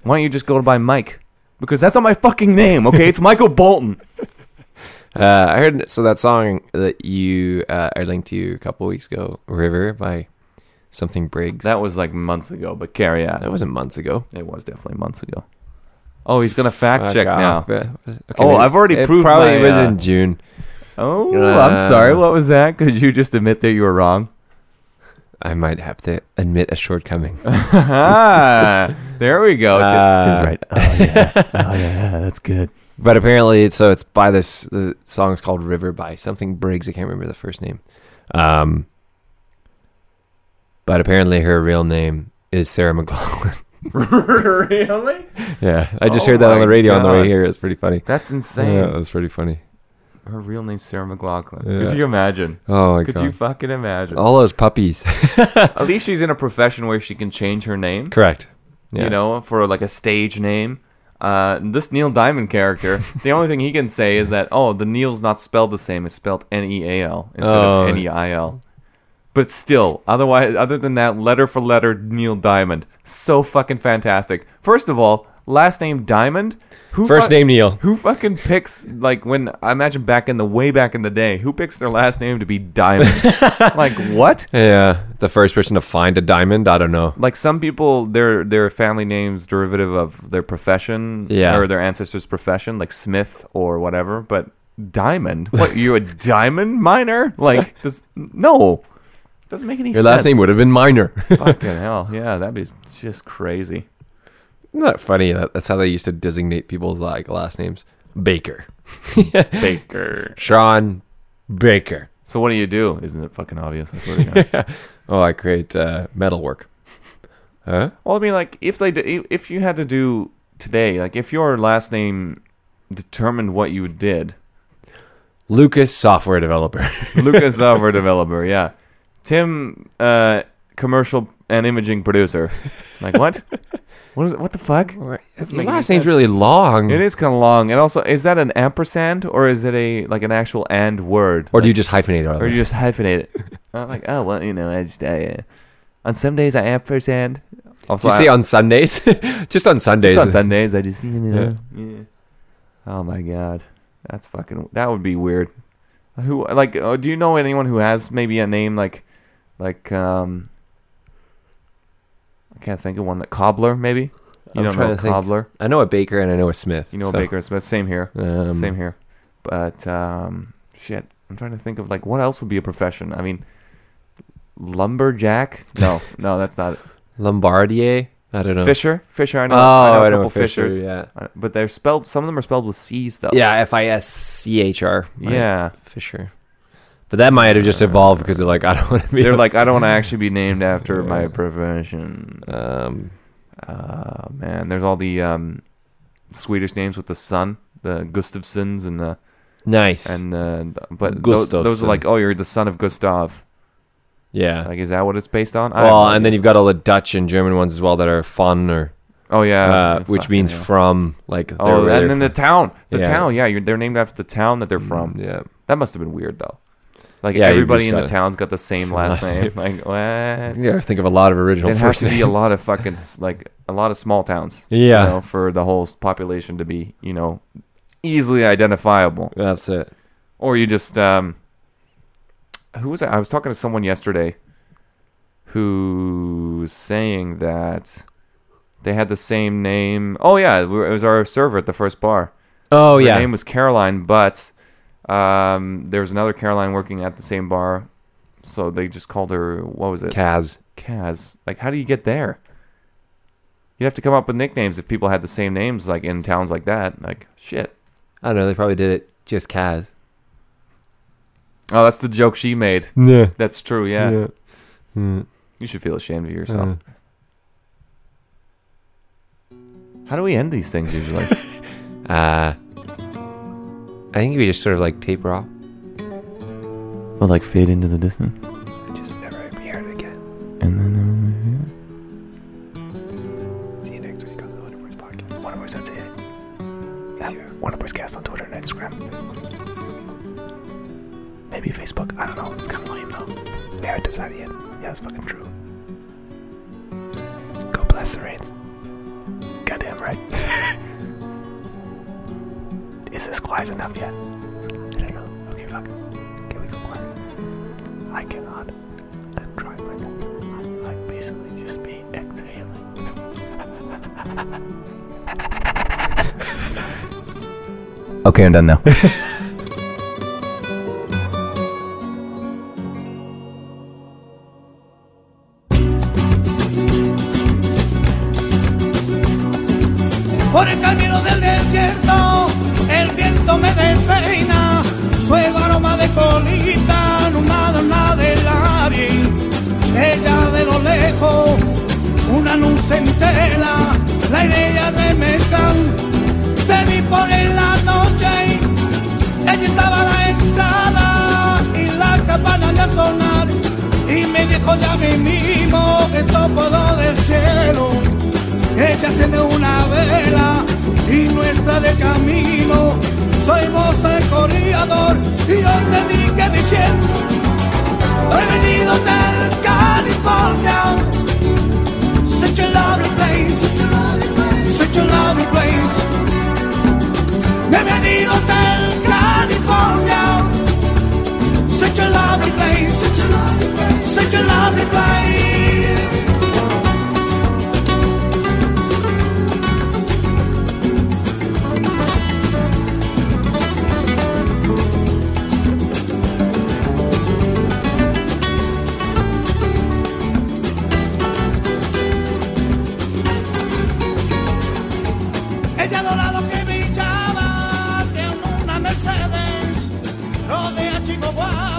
Speaker 1: Why don't you just go by Mike? Because that's not my fucking name, okay? It's Michael Bolton.
Speaker 2: Uh, I heard so that song that you uh, I linked to you a couple weeks ago, "River" by something Briggs.
Speaker 1: That was like months ago, but carry on.
Speaker 2: that wasn't months ago.
Speaker 1: It was definitely months ago. Oh, he's gonna fact check
Speaker 2: Fuck
Speaker 1: now.
Speaker 2: off. Yeah. Okay,
Speaker 1: Oh, I've already
Speaker 2: it
Speaker 1: proved
Speaker 2: Probably
Speaker 1: my,
Speaker 2: was
Speaker 1: uh,
Speaker 2: in June.
Speaker 1: Oh,
Speaker 2: Uh,
Speaker 1: I'm sorry. What was that? Could you just admit that you were wrong?
Speaker 2: I might have to admit a shortcoming.
Speaker 1: Ah, there we go. Ju-
Speaker 2: Uh,
Speaker 1: just right. Oh yeah. oh yeah. That's good.
Speaker 2: But apparently, it's- so it's by this. The song's called "River" by something Briggs. I can't remember the first name. Um, but apparently, her real name is Sarah McLaughlin.
Speaker 1: really?
Speaker 2: yeah, I just
Speaker 1: Oh
Speaker 2: heard that on
Speaker 1: my
Speaker 2: the radio on the way
Speaker 1: God.
Speaker 2: here. It's pretty funny.
Speaker 1: That's insane.
Speaker 2: Yeah, that's pretty funny.
Speaker 1: Her real name's Sarah McLaughlin.
Speaker 2: Yeah.
Speaker 1: Could you imagine?
Speaker 2: Oh my
Speaker 1: Could
Speaker 2: god!
Speaker 1: you fucking imagine?
Speaker 2: All those puppies.
Speaker 1: At least she's in a profession where she can change her name,
Speaker 2: Correct. Yeah.
Speaker 1: you know, for like a stage name. Uh, this Neil Diamond character, the only thing he can say is that, oh, the Neil's not spelled the same. It's spelled N E A L instead
Speaker 2: Oh.
Speaker 1: of N E I L. But still, otherwise, other than that, letter for letter, Neil Diamond. So fucking fantastic. First of all, last name Diamond. Who
Speaker 2: First
Speaker 1: fuck-
Speaker 2: name Neil.
Speaker 1: Who fucking picks like when I imagine back in the way back in the day, who picks their last name to be Diamond? like what?
Speaker 2: Yeah, the first person to find a diamond. I don't know.
Speaker 1: Like some people, their their family names derivative of their profession,
Speaker 2: Yeah.
Speaker 1: or their ancestors' profession, like Smith or whatever. But Diamond, what? You're a diamond miner? Like does, no, doesn't make any
Speaker 2: Your
Speaker 1: sense.
Speaker 2: last name would have been Miner.
Speaker 1: fucking hell, yeah, that'd be just crazy.
Speaker 2: Not funny. That, that's how they used to designate people's like last names. Baker,
Speaker 1: Baker,
Speaker 2: Sean Baker.
Speaker 1: So what do you do? Isn't it fucking obvious? I swear to God.
Speaker 2: Oh, I create uh, metal work. Huh?
Speaker 1: well, I mean, like if they d- if you had to do today, like if your last name determined what you did,
Speaker 2: Lucas, software developer.
Speaker 1: Lucas software developer, yeah, Tim uh, commercial and imaging producer. Like what? what is what the fuck?
Speaker 2: Your
Speaker 1: making
Speaker 2: last
Speaker 1: sense.
Speaker 2: name's really long.
Speaker 1: It is kind of long, and also is that an ampersand or is it a like an actual and word?
Speaker 2: Or
Speaker 1: Like-
Speaker 2: do you just hyphenate it? all
Speaker 1: or you
Speaker 2: the way?
Speaker 1: just hyphenate it? I'm like, oh well, you know, I just uh, on some days I ampersand. Also,
Speaker 2: you
Speaker 1: I-
Speaker 2: say on Sundays? just on Sundays.
Speaker 1: just on Sundays I just you know, yeah. Oh my god, that's fucking. That would be weird. Who like? Oh, do you know anyone who has maybe a name like, like um? I can't think of one. That cobbler maybe. You
Speaker 2: I'm
Speaker 1: don't
Speaker 2: trying
Speaker 1: know
Speaker 2: to think.
Speaker 1: cobbler.
Speaker 2: I know a baker and I know a smith.
Speaker 1: You know
Speaker 2: so,
Speaker 1: Baker and Smith. Same here.
Speaker 2: Um,
Speaker 1: Same here. But um, shit, I'm trying to think of like what else would be a profession. I mean, lumberjack? No, no, that's not it.
Speaker 2: Lombardier? I don't know.
Speaker 1: Fisher, Fisher. I know,
Speaker 2: Oh,
Speaker 1: I know a
Speaker 2: I know
Speaker 1: couple
Speaker 2: a Fisher,
Speaker 1: Fishers.
Speaker 2: yeah.
Speaker 1: Uh, but they're spelled. Some of them are spelled with C's though.
Speaker 2: Yeah, F I S C H R.
Speaker 1: yeah.
Speaker 2: Fisher. But that might have just evolved because they're like, I don't want to be.
Speaker 1: They're
Speaker 2: a-
Speaker 1: like, I don't want to actually be named after my profession.
Speaker 2: Um,
Speaker 1: Uh, man, there's all the um, Swedish names with the sun, the Gustafsons and the
Speaker 2: nice.
Speaker 1: and uh, but tho- those are
Speaker 2: Gustafsson.
Speaker 1: like, oh, you're the son of Gustav.
Speaker 2: yeah.
Speaker 1: Like, is that what it's based on? I don't
Speaker 2: well,
Speaker 1: know.
Speaker 2: and then you've got all the Dutch and German ones as well that are fun or.
Speaker 1: oh yeah,
Speaker 2: uh, which
Speaker 1: Fuck,
Speaker 2: means
Speaker 1: yeah.
Speaker 2: from like
Speaker 1: Oh,
Speaker 2: they're-
Speaker 1: and then the
Speaker 2: they're
Speaker 1: town, the
Speaker 2: Yeah.
Speaker 1: town. Yeah, you're, they're named after the town that they're
Speaker 2: from-
Speaker 1: from.
Speaker 2: yeah
Speaker 1: That must have been weird though. Like
Speaker 2: Yeah, you
Speaker 1: everybody
Speaker 2: just
Speaker 1: in the
Speaker 2: gotta-
Speaker 1: town's got the same
Speaker 2: same
Speaker 1: last,
Speaker 2: last
Speaker 1: name.
Speaker 2: name.
Speaker 1: Like what?
Speaker 2: yeah I think of a lot of original
Speaker 1: It has
Speaker 2: first
Speaker 1: to be a
Speaker 2: names.
Speaker 1: lot of fucking s- like a lot of small towns.
Speaker 2: Yeah.
Speaker 1: you know, for the whole s- population to be you know easily identifiable.
Speaker 2: that's it
Speaker 1: Or you just um, who was I? I was talking to someone yesterday who was saying that they had the same name. Oh yeah, we were- it was our server at the first bar.
Speaker 2: oh
Speaker 1: Her
Speaker 2: yeah
Speaker 1: name was Caroline, but um, there was another Caroline working at the same bar, so they just called her what was it?
Speaker 2: Kaz
Speaker 1: Kaz. Like, how do you get there? You have to come up with nicknames if people had the same names, like in towns like that. Like, shit.
Speaker 2: I don't know they probably did it just Kaz
Speaker 1: Oh, that's the joke she made.
Speaker 2: yeah
Speaker 1: That's true. Yeah,
Speaker 2: yeah
Speaker 1: you should feel ashamed of yourself. How do we end these things usually?
Speaker 2: uh, I think we just sort of like taper off
Speaker 1: well, like fade into the distance,
Speaker 2: just never appear again
Speaker 1: and then. Uh,
Speaker 2: see you next week on the Wonder Boys podcast Wonder Boys that's it Wonder Boys cast on Twitter and Instagram maybe Facebook I don't know it's kind of lame though we haven't decided yet yeah it's fucking true go bless the rains goddamn right Is this quiet enough yet? I don't know. Okay, fuck. Can we go quiet? I cannot. I'm trying my best. I basically just be exhaling.
Speaker 1: Okay, I'm done now.
Speaker 6: Por el camino del desierto, el viento me despeina, suave aroma de colita, nada del labi. Ella de lo lejos, una luz entera, la idea de mezcal. Te vi por en la noche, ella estaba a la entrada y la campana ya sonar. Y me dijo ya mi mismo que todo del cielo échase de una vela y nuestra de camino. Soy moza el corredor y yo te dije diciendo, he venido del California. Such a lovely place, such a lovely place. Me he venido del California. Such a lovely place, such a lovely place. Ella adora lo que brillaba de una Mercedes, rodea chico guapo.